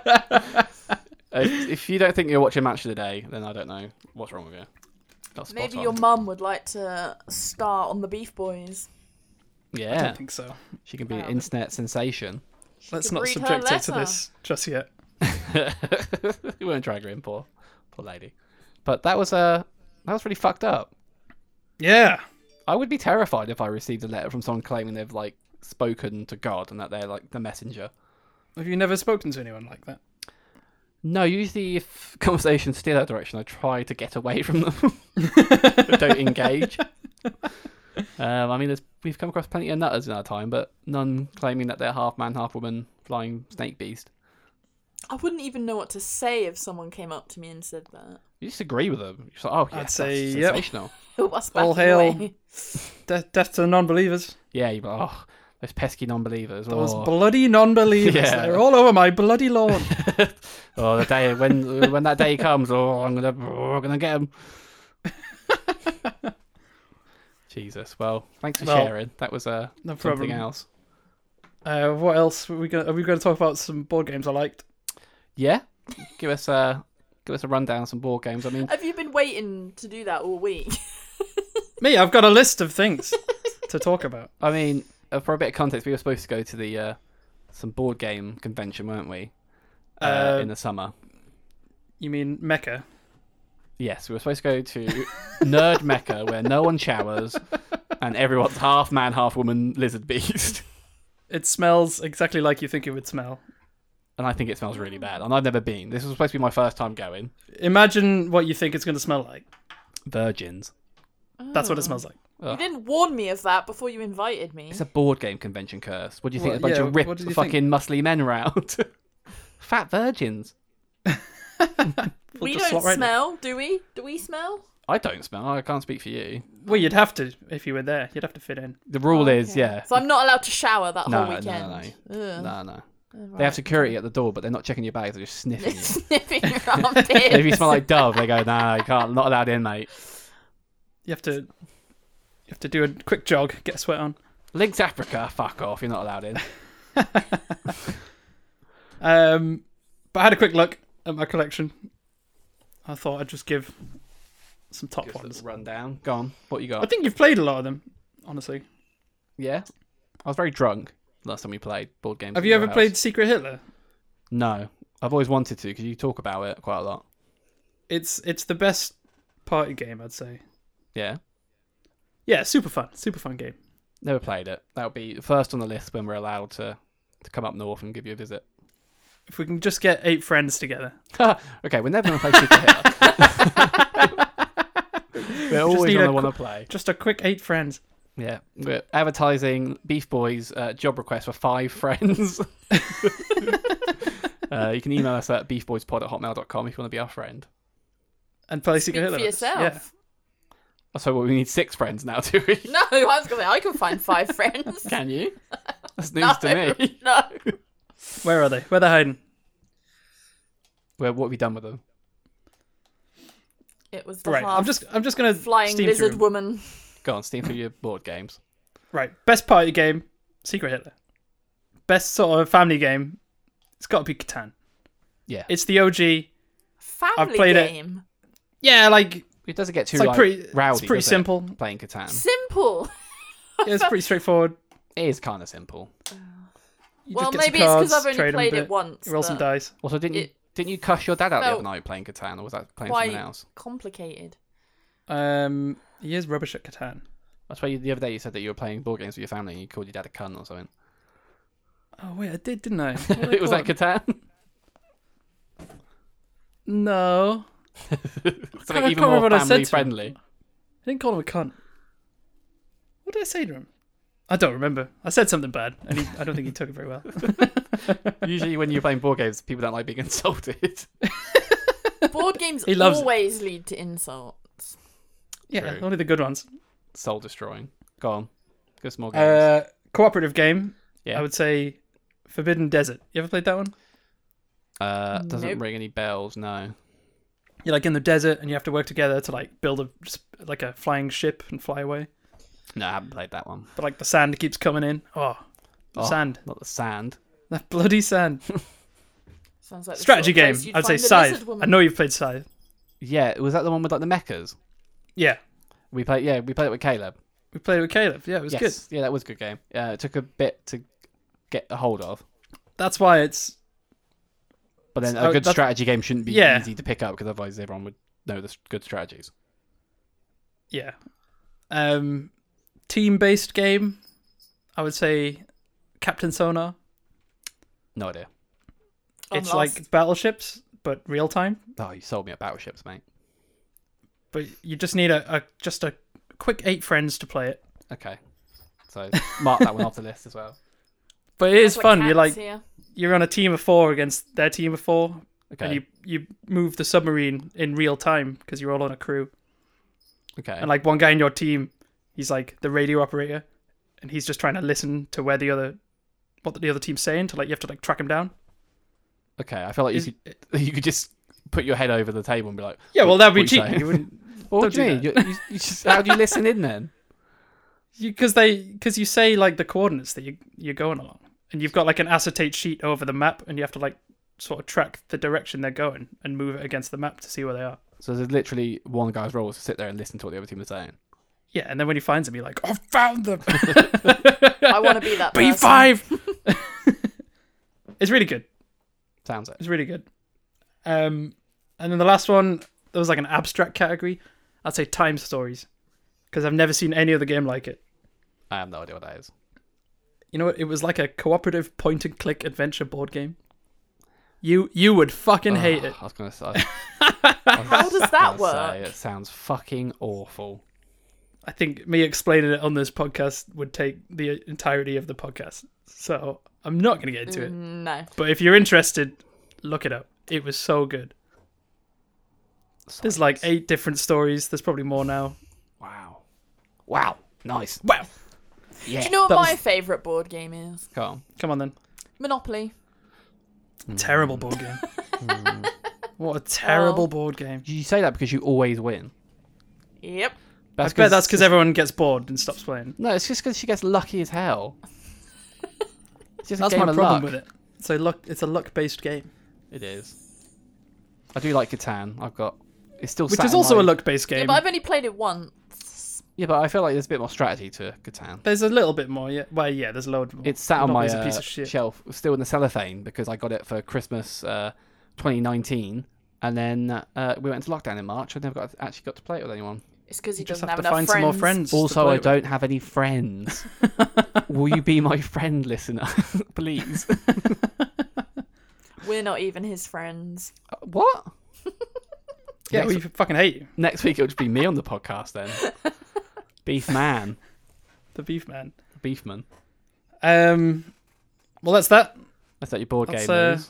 if Uh, if you don't think you're watching match of the day, then I don't know what's wrong with you. That's spot maybe on. your mum would like to star on the Beef Boys. I yeah, don't think so. she can be an internet sensation. Let's could not read her subject her to letter. this just yet. we won't drag her in, poor poor lady. But that was uh, that was really fucked up. Yeah. I would be terrified if I received a letter from someone claiming they've like spoken to God and that they're like the messenger. Have you never spoken to anyone like that? No, usually if conversations steer that direction, I try to get away from them. Don't engage. Um, I mean, there's, we've come across plenty of nutters in our time, but none claiming that they're half man, half woman, flying snake beast. I wouldn't even know what to say if someone came up to me and said that. You just agree with them. You're just like, oh, yes, say, that's yep. sensational. What's All backing hail. away? De- death to the non-believers. Yeah, you're like, oh, those pesky non-believers. Those oh. bloody non-believers. Yeah. They're all over my bloody lawn. Oh, the day when when that day comes, oh, I'm gonna oh, I'm gonna get him. Jesus. Well, thanks for Well, sharing. That was uh, No something problem. else. Uh, what else were we gonna, are we going to talk about? Some board games I liked. Yeah. Give us uh, give us a rundown of some board games. I mean, Have you been waiting to do that all week? Me, I've got a list of things to talk about. I mean, uh, for a bit of context, we were supposed to go to the uh, some board game convention, weren't we? Uh, Uh, in the summer. You mean Mecca? Yes, we were supposed to go to Nerd Mecca, where no one showers and everyone's half man, half woman lizard beast. It smells exactly like you think it would smell. and I think it smells really bad. And I've never been. This was supposed to be my first time going. Imagine what you think it's going to smell like. Virgins. That's what it Oh. smells like. You didn't warn me of that before you invited me. It's a board game convention curse. What do you think? Well, a bunch yeah, of what ripped, did you fucking muscly men round. Fat virgins. We'll we just don't slot right in. smell, do we? Do we smell? I don't smell. I can't speak for you. Well, you'd have to if you were there. You'd have to fit in. The rule Okay. is, yeah. So I'm not allowed to shower that No, whole no, weekend. Ugh. No, no. Alright. They have security at the door, but they're not checking your bags. They're just sniffing you. sniffing your if you armpit. smell like Dove, they go, nah, you can't. Not allowed in, mate. You have to. You have to do a quick jog, get a sweat on. Links Africa, fuck off. You're not allowed in. Um, but I had a quick look at my collection. I thought I'd just give some top ones. Run down. Go on. What you I got? think you've played a lot of them, honestly. Yeah. I was very drunk last time we played board games. Have at you your ever house. played Secret Hitler? No, I've always wanted to because you talk about it quite a lot. It's it's the best party game, I'd say. Yeah, Yeah, super fun, super fun game. never played it. That would be first on the list when we're allowed to to come up north and give you a visit. If we can just get eight friends together, okay, we're never going to play Super Hitler. we're always need going a to want to play. just a quick eight friends. Yeah, we're advertising Beef Boys uh, job request for five friends. uh, you can email us at beefboyspod at hotmail.com if you want to be our friend. and play Speak Secret Hitler. for with us. yourself. Oh, so what, we need six friends now, do we? No, I was gonna say I can find five friends. Can you? That's no, news to me. no. Yeah. Where are they? Where they're hiding? Where, what have we done with them? It was the Right. half I'm just I'm just gonna flying steam lizard Through. 'em. woman. Go on, steam through your board games. Right. Best party game, Secret Hitler. Best sort of family game, it's got to be Catan. Yeah. It's the OG. Family played it. game. Yeah, like It doesn't get too it's like, like, pretty rowdy. it's pretty does it, simple. Playing Catan, Simple. Yeah, it's pretty straightforward. it is kind of simple. You well, just get some maybe it's because cards, I've only trade 'em a played bit, it once. Roll some but dice. Also, didn't you It didn't you cuss your dad out the felt other night playing Catan, or was that playing Quite someone else? complicated. Um, he is rubbish at Catan. That's why you, the other day you said that you were playing board games with your family and you called your dad a cunt or something. Oh wait, I did, didn't I? it was that Catan. Catan. No, Something I even can't remember more what I said family to friendly. I didn't call him a cunt. What did I say to him? I don't remember. I said something bad, and he, I don't think he took it very well. Usually, when you're playing board games, people don't like being insulted. Board games He loves it. always lead to insults. Yeah, True. only the good ones. Soul destroying. Go on. Go small games. Uh, cooperative game. Yeah. I would say Forbidden Desert. You ever played that one? Uh, doesn't Nope. ring any bells. No. You're like in the desert, and you have to work together to like build a just, like a flying ship and fly away. No, I haven't played that one. But like the sand keeps coming in. Oh, the Oh. sand! Not the sand. That bloody sand. Sounds like the Strategy sort of game. place you'd I'd say find the Scythe. lizard woman. I know you've played Scythe. Yeah, was that the one with like the mechas? Yeah, We played. Yeah, we played it with Caleb. we played with Caleb. Yeah, it was yes. good. Yeah, that was a good game. Uh, it took a bit to get a hold of, That's why it's but then Oh, a good that's- strategy game shouldn't be Yeah. easy to pick up because otherwise everyone would know the s- good strategies. yeah, um, team based game. I would say Captain Sonar. No idea. I'm it's lost. like battleships but real time. Oh, you sold me at battleships, mate. But you just need a, a just a quick eight friends to play it. Okay. So mark that one off the list as well. But it is That's what fun. You're cats like here. you're on a team of four against their team of four, Okay. and you you move the submarine in real time because you're all on a crew. okay. And like one guy in your team, he's like the radio operator, and he's just trying to listen to where the other what the other team's saying to like you have to like track him down. okay. I feel like you Is- could you could just put your head over the table and be like, yeah, well that'd be what you saying? cheating. You wouldn't "Well, what do you Don't mean? do You, you, you just, how do you listen in then?" because they because you say like the coordinates that you you're going along, and you've got like an acetate sheet over the map, and you have to like sort of track the direction they're going and move it against the map to see where they are. So there's literally one guy's role is to sit there and listen to what the other team is saying. Yeah, and then when he finds them, you're like, I've found them. I want to be that B person. five. it's really good. Sounds it. It's really good. Um, and then the last one, there was like an abstract category. I'd say time stories, because I've never seen any other game like it. I have no idea what that is. You know what? It was like a cooperative point and click adventure board game. You you would fucking hate Ugh, it. I was gonna say. How How does that work? it sounds fucking awful. I think me explaining it on this podcast would take the entirety of the podcast, so I'm not going to get into Mm. it. No. But if you're interested, look it up. It was so good. There's like eight different stories. There's probably more now. Wow. Wow. Nice. Wow. Yeah. Do you know what That was- my favourite board game is? Come on. Come on then. Monopoly. Mm. Terrible board game. what a terrible Oh. board game. You say that because you always win. Yep. I bet that's because everyone gets bored and stops playing. No, it's just because she gets lucky as hell. It's just a That's game my of problem luck. with it. So luck. It's a luck-based game, It is. I do like Catan. I've got. It's still. which sat is in also my- a luck-based Yeah, game. but I've only played it once. Yeah, but I feel like there's a bit more strategy to Catan. There's a little bit more. Yeah. Well, yeah. There's a load more. It's sat on my Monopoly's a uh, piece of shit. shelf, still in the cellophane because I got it for Christmas uh, 2019, and then uh, we went into lockdown in March. I never got actually got to play it with anyone. It's because he you just doesn't have have, to enough find friends. some more friends. to Also, play I with. don't have any friends. Will you be my friend, listener? Please. We're not even his friends. Uh, what? Yeah, next, we fucking hate you, next week it'll just be me on the podcast then. Beef man, the beef man. beefman. Um. Well, that's that. That's that your board That's, game uh, news.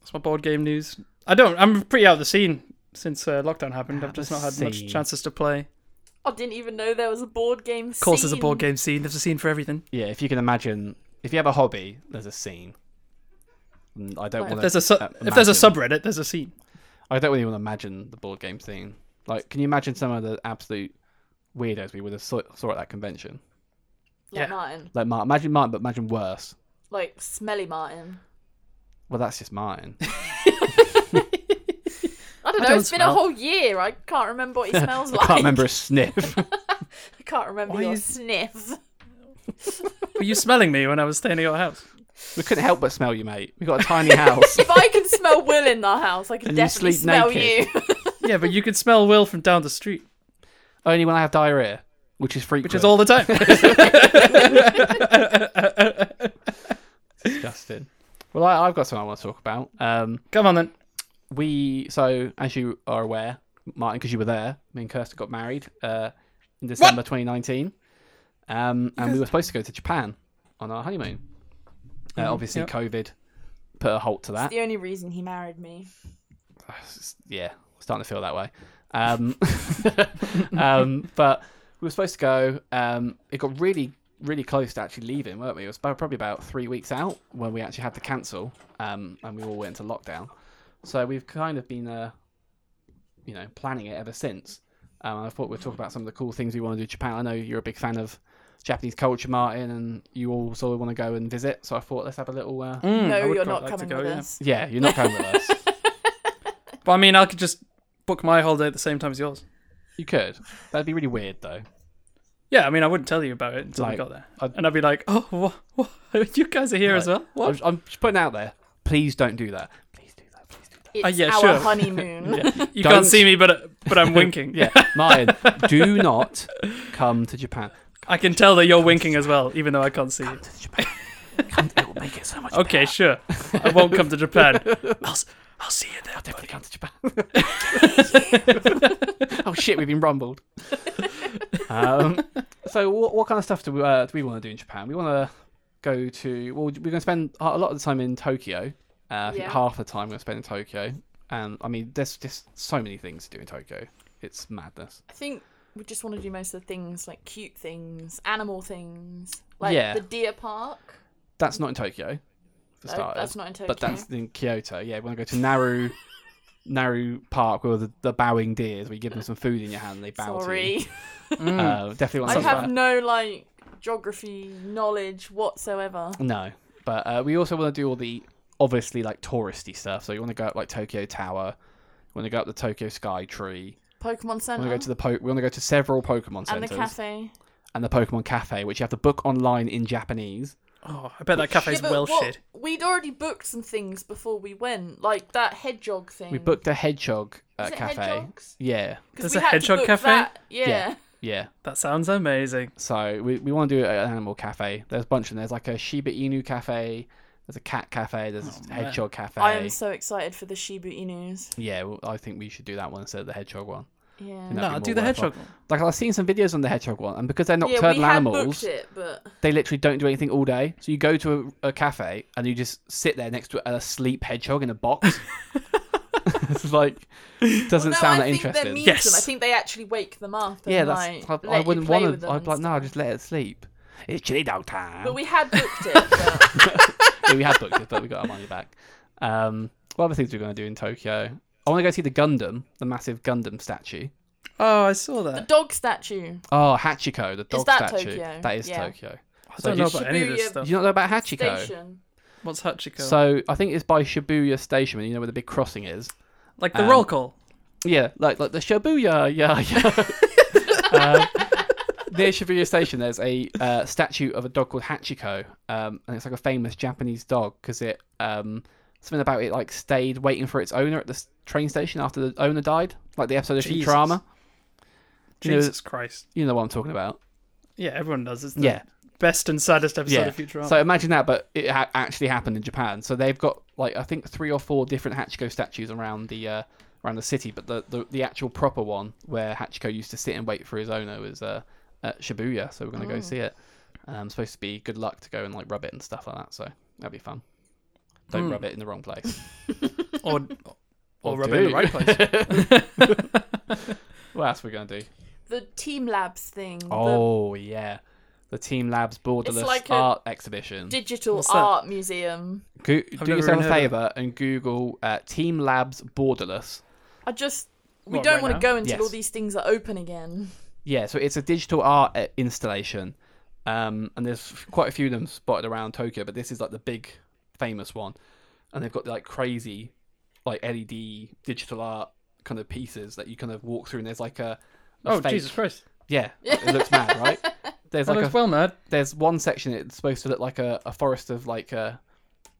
That's my board game news. I don't. I'm pretty out of the scene since uh, lockdown happened. Out I've of just the not had scene. much chances to play. I didn't even know there was a board game. Of course, there's a board game scene. There's a scene for everything. Yeah, if you can imagine, if you have a hobby, there's a scene. And I don't Right. want to. If there's a su- uh, if there's a imagine. subreddit, there's a scene. I don't really want to imagine the board game scene. Like, can you imagine some of the absolute weirdos we would have saw, saw at that convention? Yeah. Like Martin. Like, Martin, imagine Martin, but imagine worse. Like Smelly Martin. Well, that's just Martin. I don't I know. don't it's been smell. a whole year. I can't remember what he smells I like. can't remember a sniff. I can't remember Why your is- sniff. Were you smelling me when I was staying at your house? we couldn't help but smell you, mate. We got a tiny house. If I can smell Will in the house, I can And you definitely sleep smell naked. you. Yeah, but you could smell Will from down the street, Only when I have diarrhea, which is frequent. which is all the time. disgusting. Well, I, I've got something I want to talk about. Um, Come on then. we so as you are aware, Martin, because you were there, me and Kirsten got married uh, in December December 2019, um, and we were supposed to go to Japan on our honeymoon. Uh, obviously, yep. COVID put a halt to that. It's the only reason he married me. s- yeah, starting to feel that way. Um, um, but we were supposed to go. Um, it got really, really close to actually leaving, weren't we? It was about, probably about three weeks out when we actually had to cancel, um, and we all went into lockdown. So we've kind of been, uh, you know, planning it ever since. Um, I thought we'd talk about some of the cool things we want to do in Japan. I know you're a big fan of Japanese culture, Martin, and you all sort of want to go and visit. So I thought let's have a little. Uh... Mm, I no, would you're quite not like to coming go, with yeah. us. Yeah, you're not coming with us. But I mean, I could just book my holiday at the same time as yours. You could. That'd be really weird, though. Yeah, I mean, I wouldn't tell you about it until Like, we got there, I'd- and I'd be like, "Oh, what? what? you guys are here as Right. well? What? I'm, I'm just putting it out there. Please don't do that. Please do that. Please do that. It's Uh, yeah, our sure. honeymoon. you don't- can't see me, but but I'm winking. Yeah, Martin, do not come to Japan. I can tell that you're winking as well, even though I can't see you. Come to Japan. Come, it will make it so much. Okay, better. sure. I won't come to Japan. I'll, s- I'll see you there. definitely come to Japan. oh shit, we've been rumbled. Um, so what, what kind of stuff do we uh, do we want to do in Japan? We want to go to well, we're going to spend a a lot of the time in Tokyo. Uh, I think Yeah. half the time we're going to spend in Tokyo. And I mean, there's just so many things to do in Tokyo. It's madness. I think we just want to do most of the things like cute things, animal things, like Yeah. the deer park. That's not in Tokyo, for No, starters. that's not in Tokyo. But that's in Kyoto. Yeah, when I go to Naru, Naru Park, where the, the bowing deers, where you give them some food in your hand, and they bow to you. Sorry, Uh, definitely want I to Sounds have bad. no like geography knowledge whatsoever. No, but uh, we also want to do all the obviously like touristy stuff. So you want to go up like Tokyo Tower, you want to go up the Tokyo Sky Tree. Pokemon We Center want to go to the po- we want to go to several Pokemon Uh-huh. and the centers cafe. and the Pokemon Cafe, which you have to book online in Japanese. Oh, I bet that cafe's Yeah, but well what- shit. We'd already booked some things before we went, like that hedgehog thing. We booked a hedgehog uh, Mm. Is it cafe. hedgehogs? Yeah, because There's we a had to hedgehog book cafe? That. Yeah. yeah. That sounds amazing. So we, we want to do an animal cafe. There's a bunch of them. There's like a Shiba Inu cafe. There's a cat cafe. There's a man. hedgehog cafe. Oh, I am so excited for the Shiba Inus. Yeah, well, I think we should do that one instead of the hedgehog one. Yeah. No, That'd No, be I'll more do the worthwhile. hedgehog. Like I've seen some videos on the hedgehog one, and because they're yeah, we nocturnal had animals, booked it, but they literally don't do anything all day. So you go to a, a cafe and you just sit there next to a sleep hedgehog in a box. it's like doesn't no, sound I that think they're interesting. mean Yes. to them. I think they actually wake them up. And, Yeah, like, that's I, I let you wouldn't play want to. with them I'd and be like, no, stuff. I'll just let it sleep. It's chili dog time. But we had booked it. But Yeah, we had booked it, but we got our money back. Um, what other things we're going to do in Tokyo? I want to go see the Gundam, the massive Gundam statue. Oh, I saw the that. dog statue. Oh, Hachiko, the dog that statue. Tokyo? That is Yeah. Tokyo. I so don't you know about any of this Shibuya- Do stuff. you not know about Hachiko? Station. What's Hachiko? So I think it's by Shibuya Station, you know where the big crossing is. like the um, roll call. Yeah, like like the Shibuya, yeah, yeah. um, near Shibuya Station, there's a uh, statue of a dog called Hachiko, um, and it's like a famous Japanese dog because it um, something about it like stayed waiting for its owner at the s- train station after the owner died, like the episode of Jesus. Futurama. you know- Jesus Christ. You know what I'm talking about? Yeah, everyone does. It's the Yeah. best and saddest episode yeah. of Futurama. So imagine that, but it ha- actually happened in Japan. So they've got like I think three or four different Hachiko statues around the uh, around the city, but the, the the actual proper one where Hachiko used to sit and wait for his owner was uh, at Shibuya. So we're gonna Oh. go see it. Um, supposed to be good luck to go and like rub it and stuff like that. So that'd be fun. Don't Hmm. rub it in the wrong place. or or Or rub it in the do. right place. what else we gonna do? The Team Labs thing. Oh yeah, the Team Labs It's Borderless like a- Art Exhibition. The digital What's that? art museum. Go- I've do never yourself a even heard of it. favour and Google uh, Team Labs Borderless. I just we What, don't right want now? to go until Yes. all these things are open again. Yeah, so it's a digital art uh, installation, um, and there's quite a few of them spotted around Tokyo, but this is like the big famous one, and they've got like crazy, like LED digital art kind of pieces that you kind of walk through, and there's like a, a Oh, fake- Jesus Christ. yeah, it looks mad, right? There's That like a looks well mad. there's one section it's supposed to look like a, a forest of like uh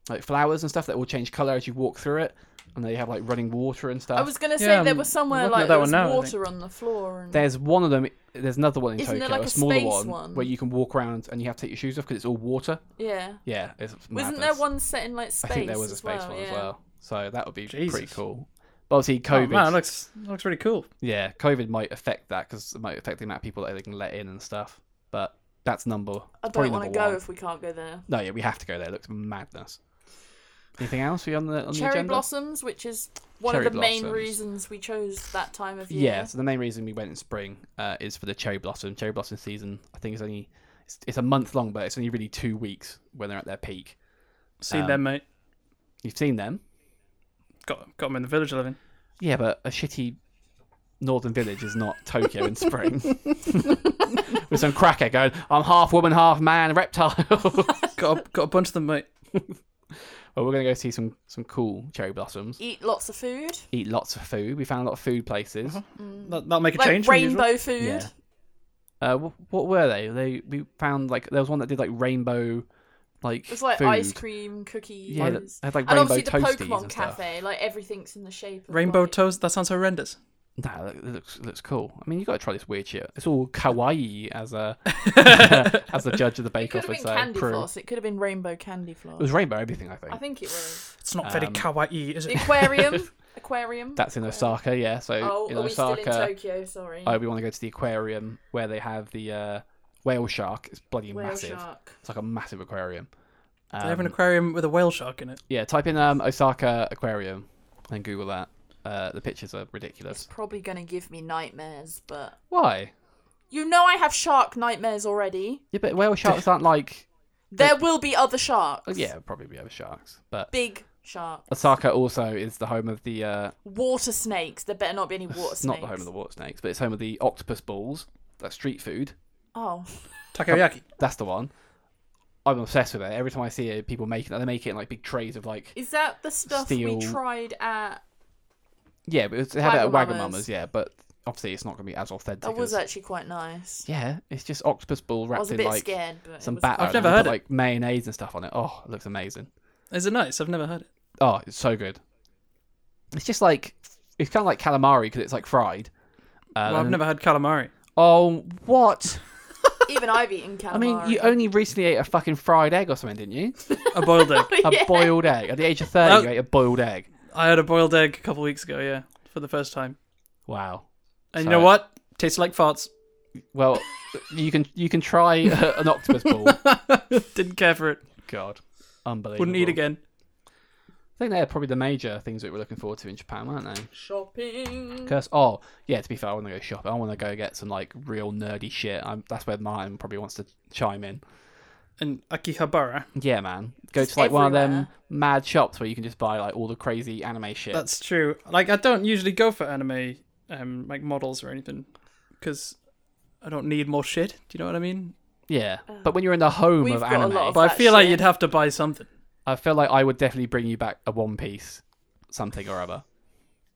like flowers and stuff that will change color as you walk through it and they have like running water and stuff I was gonna say Yeah, there I'm was somewhere looking at like that there one was now, I water on the floor and there's one of them there's another one in Isn't there tokyo like a a smaller space one, one? where you can walk around and you have to take your shoes off because it's all water yeah. yeah it's Wasn't madness. there one set in like space? i think there was a as space well, one yeah. as well so that would be pretty Jesus. cool But obviously, Oh, COVID. man, it looks it looks really cool. yeah, COVID might affect that because it might affect the amount of people that they can let in and stuff. But that's number. I probably don't want number to go one. if we can't go there. No, yeah, we have to go there. It looks madness. Anything else for you on the on the Cherry agenda? blossoms, which is one Cherry of the main blossoms. reasons we chose that time of year. Yeah. So the main reason we went in spring uh, is for the cherry blossom. Cherry blossom season, I think, is only it's, it's a month long, but it's only really two weeks when they're at their peak. Seen Um, them, mate. You've seen them, Got got them in the village living. yeah, but a shitty northern village is not Tokyo in spring. With some cracker going, I'm half woman, half man, reptile. well, Got a, got a bunch of them, mate. we're gonna go see some some cool cherry blossoms. Eat lots of food, Mm. Eat lots of food. We found a lot of food places. Uh-huh. That that'll make a like change. from usual. rainbow food. Yeah. Uh, wh- what were they? They we found like there was one that did like rainbow, like It's like food. ice cream, cookies, Yeah, that had like and rainbow obviously the toasties Pokemon and stuff. Cafe. Like everything's in the shape of Rainbow like, toast. That sounds horrendous. Nah, that that looks looks cool. I mean, you gotta try this weird shit. It's all kawaii as a as the judge of the It Bake could Off have been would say. candy Crew. floss. It could have been rainbow candy It floss. was rainbow everything, I think. I think it was It's not very Um, kawaii, is the it? aquarium. aquarium. That's in Osaka, yeah. So oh, in are we Osaka, still in Tokyo? Sorry. I we want to go to the aquarium where they have the uh, whale shark. It's bloody Whale massive. shark. It's like a massive aquarium. they have an Um, aquarium with a whale shark in it. yeah, type in um, Osaka aquarium and Google that. Uh, the pictures are It's ridiculous. probably gonna give me nightmares, but Why? you know I have shark nightmares already. Yeah, but whale sharks aren't like. There will be other sharks. oh, Yeah, probably we have sharks, but Big shark. Osaka also is the home of the. Uh, Water snakes. There better not be any water it's not snakes. the home of the water snakes, but it's home of the octopus balls. That's street food. Oh. Takoyaki. That's the one. I'm obsessed with it. Every time I see it, people make it. They make it in like big trays of like Is that the stuff Steel. we tried at Yeah, but it's, they have it at Wagamama's. Wagamama's, yeah, but obviously it's not going to be as authentic. that was as, actually quite nice. yeah, it's just octopus ball I wrapped was a in bit like scared, but some it was batter. I've and never they heard put, it. like mayonnaise and stuff on it. Oh, it looks amazing. Is it nice? I've never heard it. Oh, it's so good. It's just like it's kind of like calamari because it's like fried. Um, Well, I've never had calamari. Oh, what? even I've eaten calamari. I mean, you only recently ate a fucking fried egg or something, didn't you? A boiled egg. A boiled egg. At the age of thirty, Well- you ate a boiled egg. I had a boiled egg a couple weeks ago. Yeah, for the first time. Wow. And So- you know what? Tastes like farts. Well, you can you can try uh, an octopus ball. Didn't care for it. God, unbelievable. Wouldn't eat again. I think they're probably the major things that we're looking forward to in Japan, aren't they? shopping. Curse. Oh, yeah. To be fair, I want to go shopping. I want to go get some like real nerdy shit. i that's where Martin probably wants to chime in. And Akihabara. Yeah, man. Go Just to like one of them everywhere. mad shops where you can just buy like all the crazy anime shit. That's true. Like I don't usually go for anime, um, like models or anything, because I don't need more shit. Do you know what I mean? Yeah. But when you're in the home Uh, We've of got a anime, lot of- But I That feel like shit. you'd have to buy something. I feel like I would definitely bring you back a One Piece, something or other.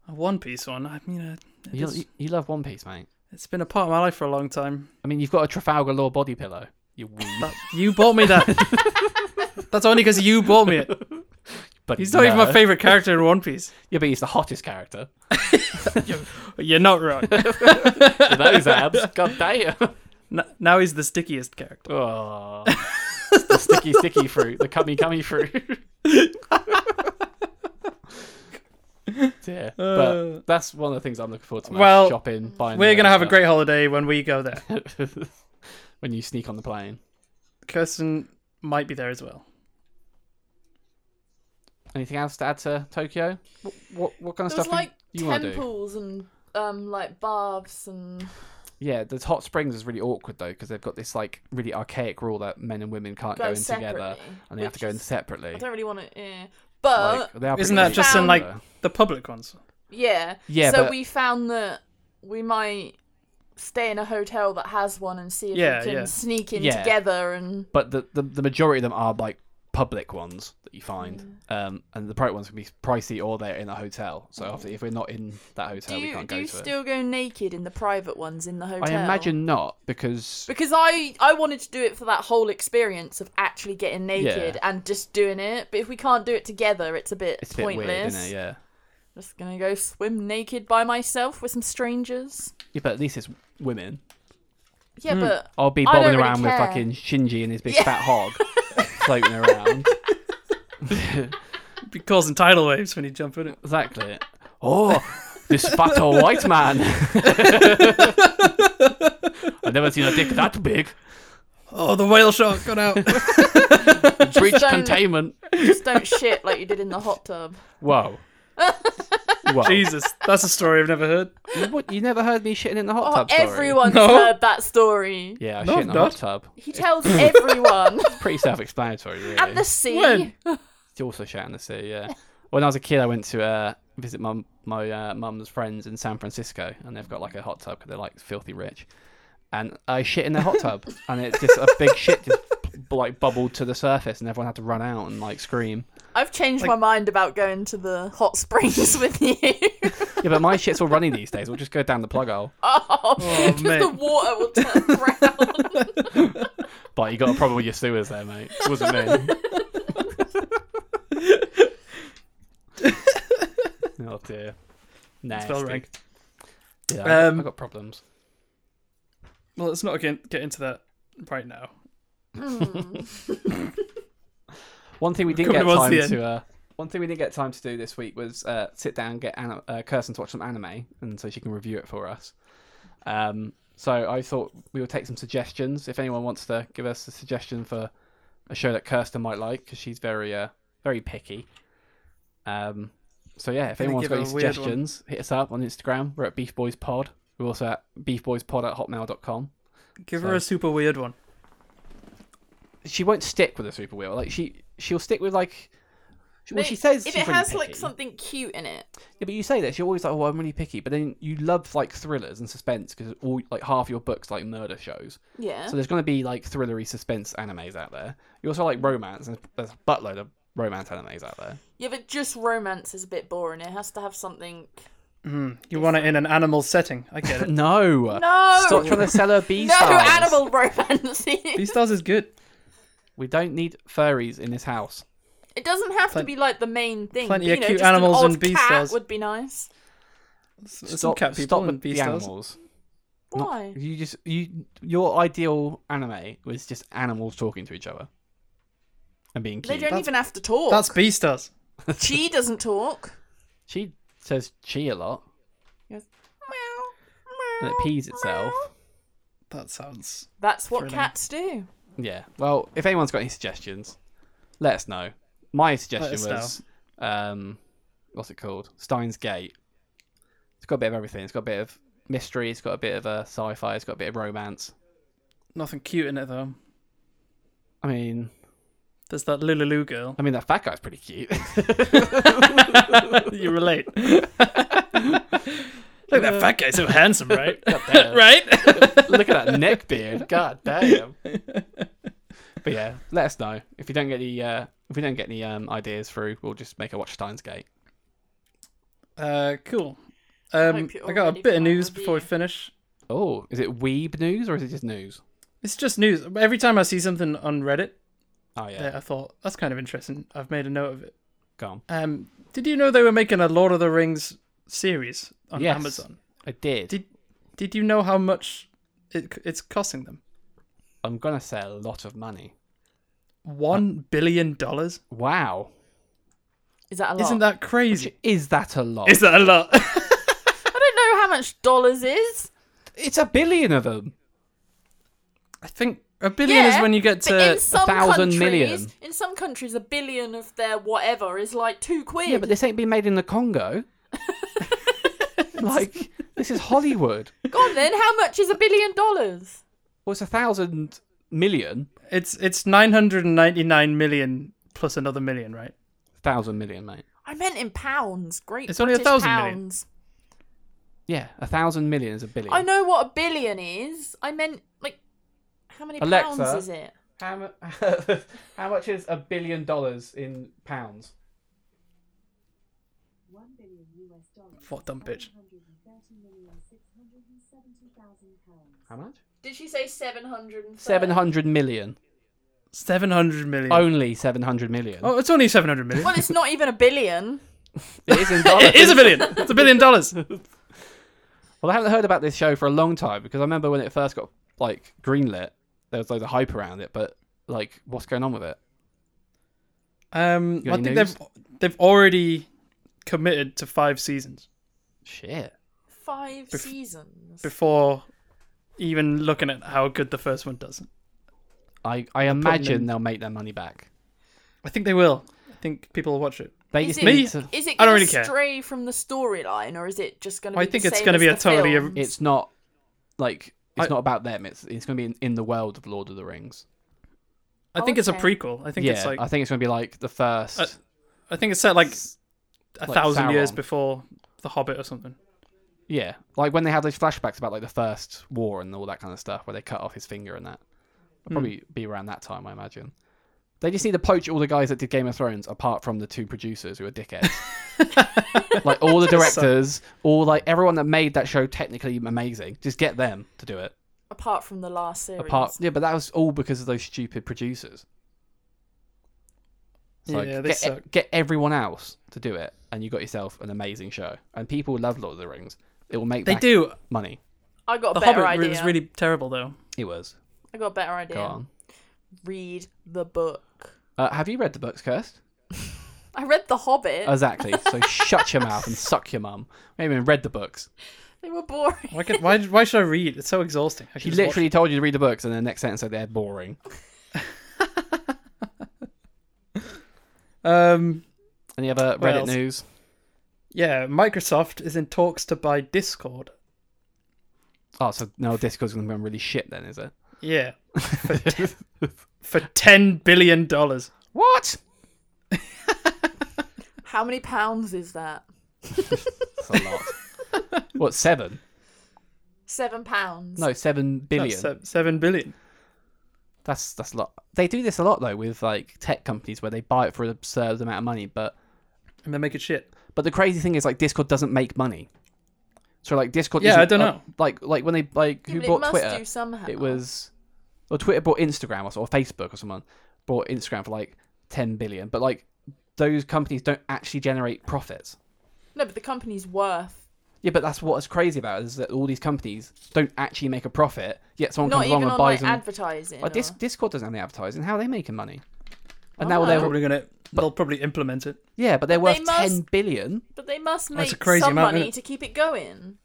A One Piece one. I mean, uh, You, it's, you love One Piece, mate. it's been a part of my life for a long time. I mean, you've got a Trafalgar Law body pillow. You weeb. That you bought me that. That's only because you bought me it. but He's not even my favorite character in One Piece. Yeah, but he's the hottest character. You're not wrong. With those abs. God damn. N- now he's the stickiest character. Oh, the sticky, sticky fruit, the cummy, cummy fruit. yeah, Uh. but that's one of the things I'm looking forward to. Well, Well, shopping, buying. We're those, gonna have a but- great holiday when we go there. when you sneak on the plane. Kirsten might be there as well. Anything else to add to Tokyo? What what, what kind of There was stuff like you, you want to do? temples and um like baths and Yeah, the hot springs is really awkward though because they've got this like really archaic rule that men and women can't go go in together separately. and they have to which go in is- I separately. don't really want to. Yeah. But Like, they are Isn't pretty that just in much- like the public ones? yeah. Yeah, So but- we found that we might stay in a hotel that has one and see if Yeah, we can yeah. sneak in Yeah. together and but the, the the majority of them are like public ones that you find, Mm. um, and the private ones can be pricey or they're in a hotel. So obviously, if we're not in that do hotel, we you can't do go you to it. still go naked in the private ones in the hotel? I imagine not because Because I, I wanted to do it for that whole experience of actually getting naked and just doing it. But if we can't do it together, it's a bit it's a bit pointless. weird, isn't it? Yeah. Just gonna go swim naked by myself with some strangers. yeah, but at least it's women. Hmm. Yeah, but I'll be I don't bobbing really around with care. fucking Shinji and his big fat hog floating around. be causing tidal waves when you jump in it. Exactly. Oh, this fat old white man. I've never seen a dick that big. Oh, the whale shark got out. It's reached don't- containment. Just don't shit like you did in the hot tub. Whoa. Whoa. Jesus, that's a story I've never heard. You, what, you never heard me shitting in the hot Oh, tub story? everyone's No. heard that story. Yeah, I No, shit in the I've hot tub. He tells everyone It's pretty self-explanatory, really. at the sea. When? It's also shit in the sea, yeah. uh, When I was a kid, I went to uh, visit my my uh, mum's friends in San Francisco, and they've got like a hot tub because they're like filthy rich. And I shit in their hot tub, and it's just a big shit just b- like bubbled to the surface, and everyone had to run out and like scream. I've changed Like- my mind about going to the hot springs with you. Yeah, but my shit's all running these days. We'll just go down the plug hole. oh, just mate. the water will turn brown. But you got a problem with your sewers there, mate. It wasn't me. oh dear. Nasty. Spell rank. Yeah, I- Um, I got problems. Well, let's not get, get into that right now. One thing we didn't Coming get towards time the to. Uh, one thing we didn't get time to do this week was uh, sit down, get Anna, uh, Kirsten to watch some anime, and so she can review it for us. Um, so I thought we would take some suggestions. If anyone wants to give us a suggestion for a show that Kirsten might like, because she's very, uh, very picky. Um, so yeah, if Gonna anyone's give got her any a weird one. suggestions, hit us up on Instagram. We're at Beef Boys Pod. We're also at beefboyspod at hotmail.com. Give So- her a super weird one. She won't stick with a super wheel. Like she, she'll stick with like. Well, she Mate, says if she's it really has like picky. something cute in it. Yeah, but you say that you're always like, "Oh, I'm really picky," but then you love like thrillers and suspense because all like half your books like murder shows. Yeah. So there's going to be like thrillery suspense animes out there. You also like romance, and there's a buttload of romance animes out there. yeah, but just romance is a bit boring. It has to have something. You want it in an animal setting. I get it. No, No! stop trying to sell her bee No stars. animal romance. Beastars is good. We don't need furries in this house. It doesn't have to Plen- be like the main thing. plenty you of know, cute just an animals odd and bee cat stars. would be nice. Some stop, cat people stop and with the Beastars. animals. Not- Why? You just you your ideal anime was just animals talking to each other and being They cute. don't even have to talk. That's Beastars. She doesn't talk. She says "chi" a lot, Yes. and it pees itself. That sounds. That's what Thrilling. cats do. Yeah. Well, if anyone's got any suggestions, let us know. My suggestion us was um what's it called? Steins Gate. It's got a bit of everything. It's got a bit of mystery, it's got a bit of a sci-fi, it's got a bit of romance. Nothing cute in it, though. I mean, There's that Lululu girl. I mean that fat guy's pretty cute. you relate. Uh, Look, that fat guy's so handsome, right? damn. right? Uh, Look at that neck beard. God damn. But yeah, let us know. If you don't get the uh if we don't get any um ideas through, we'll just make a watch Steins Gate. Uh, cool. Um, hope you're I got ready a bit for of my news before we review. finish. Oh, is it weeb news or is it just news? It's just news. Every time I see something on Reddit, Oh yeah. that I thought that's kind of interesting. I've made a note of it. Go on. Um, did you know they were making a Lord of the Rings series on Yes. Amazon? I did. Did Did you know how much it, it's costing them? I'm gonna say a lot of money. One billion dollars. Wow, Is that a lot? Isn't that crazy? is that a lot? Is that a lot? I don't know how much dollars is. It's a billion of them. I think a billion is Yeah, when you get But to. in some thousand countries, million. in some countries, a billion of their whatever is like two quid. Yeah, but this ain't been made in the Congo. like this is Hollywood. Go on then. How much is a billion dollars? Well, it's a thousand million. It's it's nine hundred and ninety nine million plus another million, right? Thousand million, mate. I meant in pounds. Great. It's only a British thousand million. pounds. Yeah, a thousand million is a billion. I know what a billion is. I meant like how many Alexa. pounds is it? How, how much is a billion dollars in pounds? One billion US dollars. What dumb bitch. One hundred and thirty million six hundred and seventy thousand pounds. How much? Did she say seven hundred? Seven hundred million. Seven hundred million. Only seven hundred million. Oh, it's only seven hundred million. Well, it's not even a billion. It is in dollars. it is a billion. It's a billion dollars. Well, I haven't heard about this show for a long time because I remember when it first got like greenlit, there was loads of hype around it. But like, what's going on with it? Um, You I got any Um, news? think they've they've already committed to five seasons. Shit. Five Bef- seasons. before even looking at how good the first one does. I, I in- imagine they'll make their money back. I think they will. I think people will watch it. They Is just it- need Me? to- is it I don't going to really care. stray from the storyline, or is it just going to? I be think the it's same gonna as be a the totally- films? It's not like it's I- not about them. It's it's going to be in, in the world of Lord of the Rings. I Oh, think it's a okay. prequel. I think yeah, it's like I I, think it's going to be like the first. Uh, think it's set like a like thousand years Sauron. before the Hobbit or something. yeah, like when they have those flashbacks about like the first war and all that kind of stuff, where they cut off his finger and that. It'll probably Hmm. be around that time, I imagine. They just need to poach all the guys that did Game of Thrones, apart from the two producers who are dickheads. like all the directors, all like everyone that made that show technically amazing, just get them to do it. apart from the last series. Apart, yeah, but that was all because of those stupid producers. It's like, yeah, they get, e-, suck. get everyone else to do it, and you got yourself an amazing show. And people love Lord of the Rings. It will make They back do. money. I got a The better Hobbit idea. was really terrible though. It was. I got a better idea. Go on. Read the book. Uh, have you read the books, Kirst? I read The Hobbit. Exactly. So shut your mouth and suck your mum. I haven't even read the books. They were boring. Why, could, why why should I read? It's so exhausting. I She should just watch literally told you to read the books, and the next sentence said they're boring. it. Um. Any other What Reddit else? news? Yeah, Microsoft is in talks to buy Discord. Oh, so no, Discord's going to be really shit then, is it? Yeah, for, te- for ten billion dollars. What? How many pounds is that? That's a lot. what, seven? Seven pounds. No, seven billion. That's se- seven billion. That's that's a lot. They do this a lot though with like tech companies where they buy it for an absurd amount of money, but and they make it shit. but the crazy thing is like Discord doesn't make money. So like Discord. Yeah, I isn't- don't uh, know. Like like when they like Yeah, who but it bought must Twitter? do somehow. It was well Twitter bought Instagram or, or Facebook or someone bought Instagram for like ten billion, but like those companies don't actually generate profits. no, but the company's worth Yeah, but that's what's crazy about it, is that all these companies don't actually make a profit. Yet someone not comes along even on and like buys them. advertising. Like, or- Dis- Discord doesn't have any advertising. How are they making money? And Oh. now they're Probably gonna. they'll probably implement it. Yeah, but they're But worth they ten must- billion. But they must That's a make crazy some amount, money innit? to keep it going.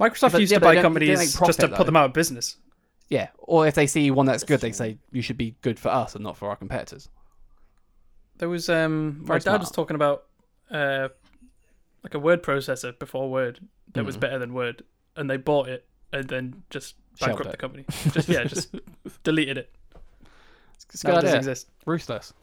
Microsoft But- used yeah, to but they don't- they don't buy companies make profit, just to though. put them out of business. Yeah, or if they see one that's good, they say you should be good for us and not for our competitors. There was um, my Very dad was smart. talking about uh, like a word processor before Word that Hmm. was better than Word, and they bought it and then just Shelved bankrupt it. the company. Just yeah, just deleted it. It's a Now it good doesn't idea. exist. Ruthless.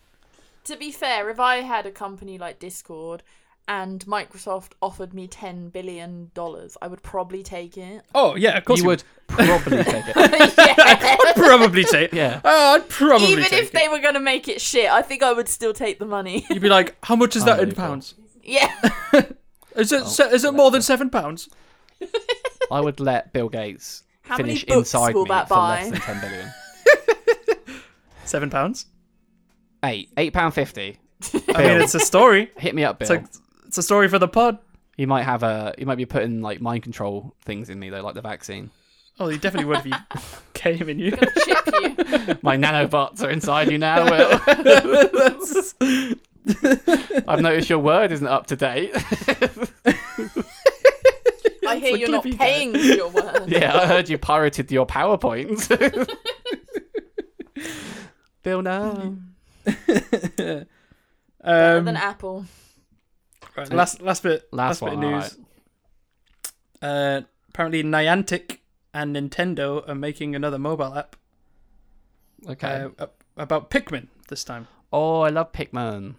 To be fair, if I had a company like Discord and Microsoft offered me ten billion dollars, I would probably take it. Oh yeah, of course You would probably take it. I'd probably take. Yeah. Oh, I'd probably Even take if they were going to make it shit, I think I would still take the money. You'd be like, how much is that in Unbelievable. pounds? yeah. Is Oh. it se- is it more than seven pounds? I would let Bill Gates How many finish books inside will me that for buy? less than ten billion. Seven pounds. Eight, eight pound fifty. I mean, it's a story. Hit me up, Bill. It's like it's a story for the pod. You might have a, you might be putting like mind control things in me though, like the vaccine. Oh, you definitely would if you came in you. Chip you. My nanobots are inside you now. Will. I've noticed your word isn't up to date. I hear like, you're not give you paying for your work. Yeah, I heard you pirated your PowerPoint. Bill, no. Better Um, than Apple. right, last last bit. Last Last, bit of one, news. Uh, apparently, Niantic and Nintendo are making another mobile app Okay. uh, up- about Pikmin this time. Um, oh, I love Pikmin.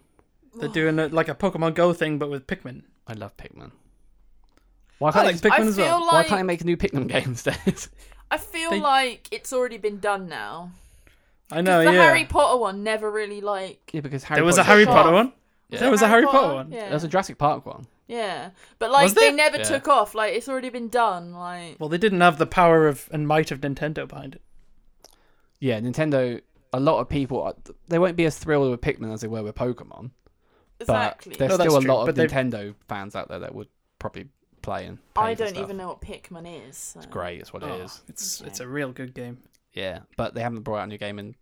They're doing a, like a Pokemon Go thing, but with Pikmin. I love Pikmin. Why I can't, like they, Pikmin I as feel well. why like can't they make a new Pikmin game instead? I feel They- like it's already been done now. I 'Cause know. the Yeah. Harry Potter one never really like. yeah, because Harry there was a Potter- Harry shot. Potter one. Yeah. There was a Harry Potter one. Yeah. There was a Jurassic Park one. yeah. But like Was they there? never Yeah. took off. Like it's already been done. Like Well, they didn't have the power of and might of Nintendo behind it. Yeah, Nintendo. A lot of people are- they won't be as thrilled with Pikmin as they were with Pokemon, but exactly. there's No, that's still a true, lot of but they've- Nintendo fans out there that would probably play and. Pay I for don't stuff. even know what Pikmin is. so- Great, it's what it is. It's it's a real good game. Yeah, but they haven't brought out a new game in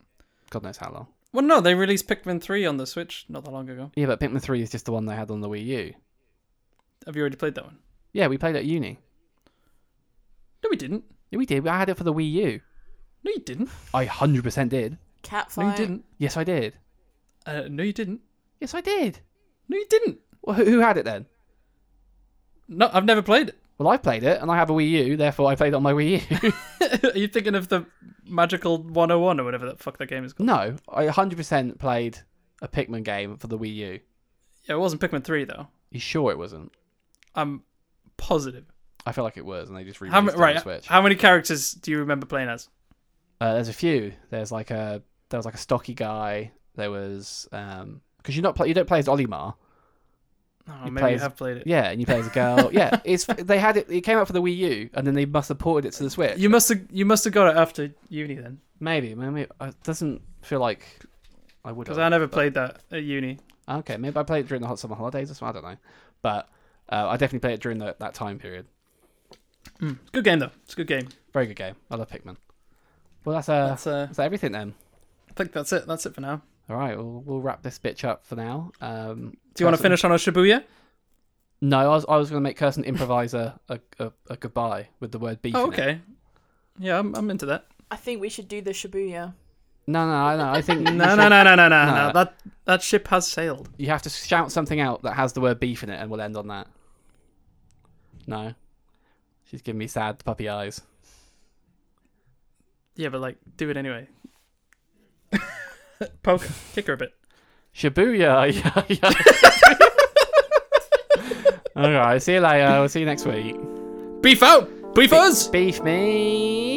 God knows how long. Well, no, they released Pikmin three on the Switch not that long ago. Yeah, but Pikmin 3 is just the one they had on the Wii U. Have you already played that one? Yeah, we played it at uni. No, we didn't. Yeah, we did. I had it for the Wii U. No, you didn't. I hundred percent did. No, you Catfight. didn't. Yes, I did. Uh, no, you didn't. Yes, I did. No, you didn't. Well, who, who had it then? No, I've never played it. Well, I played it, and I have a Wii U. Therefore, I played it on my Wii U. Are you thinking of the Magical 101 or whatever that fuck that game is called? no, I hundred percent played a Pikmin game for the Wii U. Yeah, it wasn't Pikmin 3 though. You sure it wasn't? I'm positive. I feel like it was, and they just How, ma- re-released it on right, the Switch. how many characters do you remember playing as? Uh, there's a few. There's like a there was like a stocky guy. There was um because you're not play, you don't play as Olimar. Oh, You maybe play you as- have played it. Yeah, and you play as a girl. yeah, it's they had it. It came out for the Wii U, and then they must have ported it to the Switch. You must have you must have got it after uni then, Maybe, maybe uh, it doesn't feel like I would. because have. I never played that at uni. Okay, maybe I played it during the hot summer holidays or something. I don't know, but uh, I definitely played it during the, that time period. It's a Mm. good game though. It's a good game. Very good game. I love Pikmin. Well, that's uh, That's, uh, that's everything then. I think that's it. That's it for now. All right, we'll, we'll wrap this bitch up for now. Um, Do you want to Kirsten- finish on a Shibuya? No, I was I was going to make Kirsten improvise a, a, a, a goodbye with the word beef. Oh, in it. okay. Yeah, I'm, I'm into that. I think we should do the Shibuya. No, no, no. I think No, no, no, no, no, no, Nah. no. That that ship has sailed. You have to shout something out that has the word beef in it, and we'll end on that. No, she's giving me sad puppy eyes. Yeah, but like, do it anyway. Poke, kick her a bit. Shibuya. Yeah, yeah. All right. See you later. We'll see you next week. Beef out, beefers. Beef me.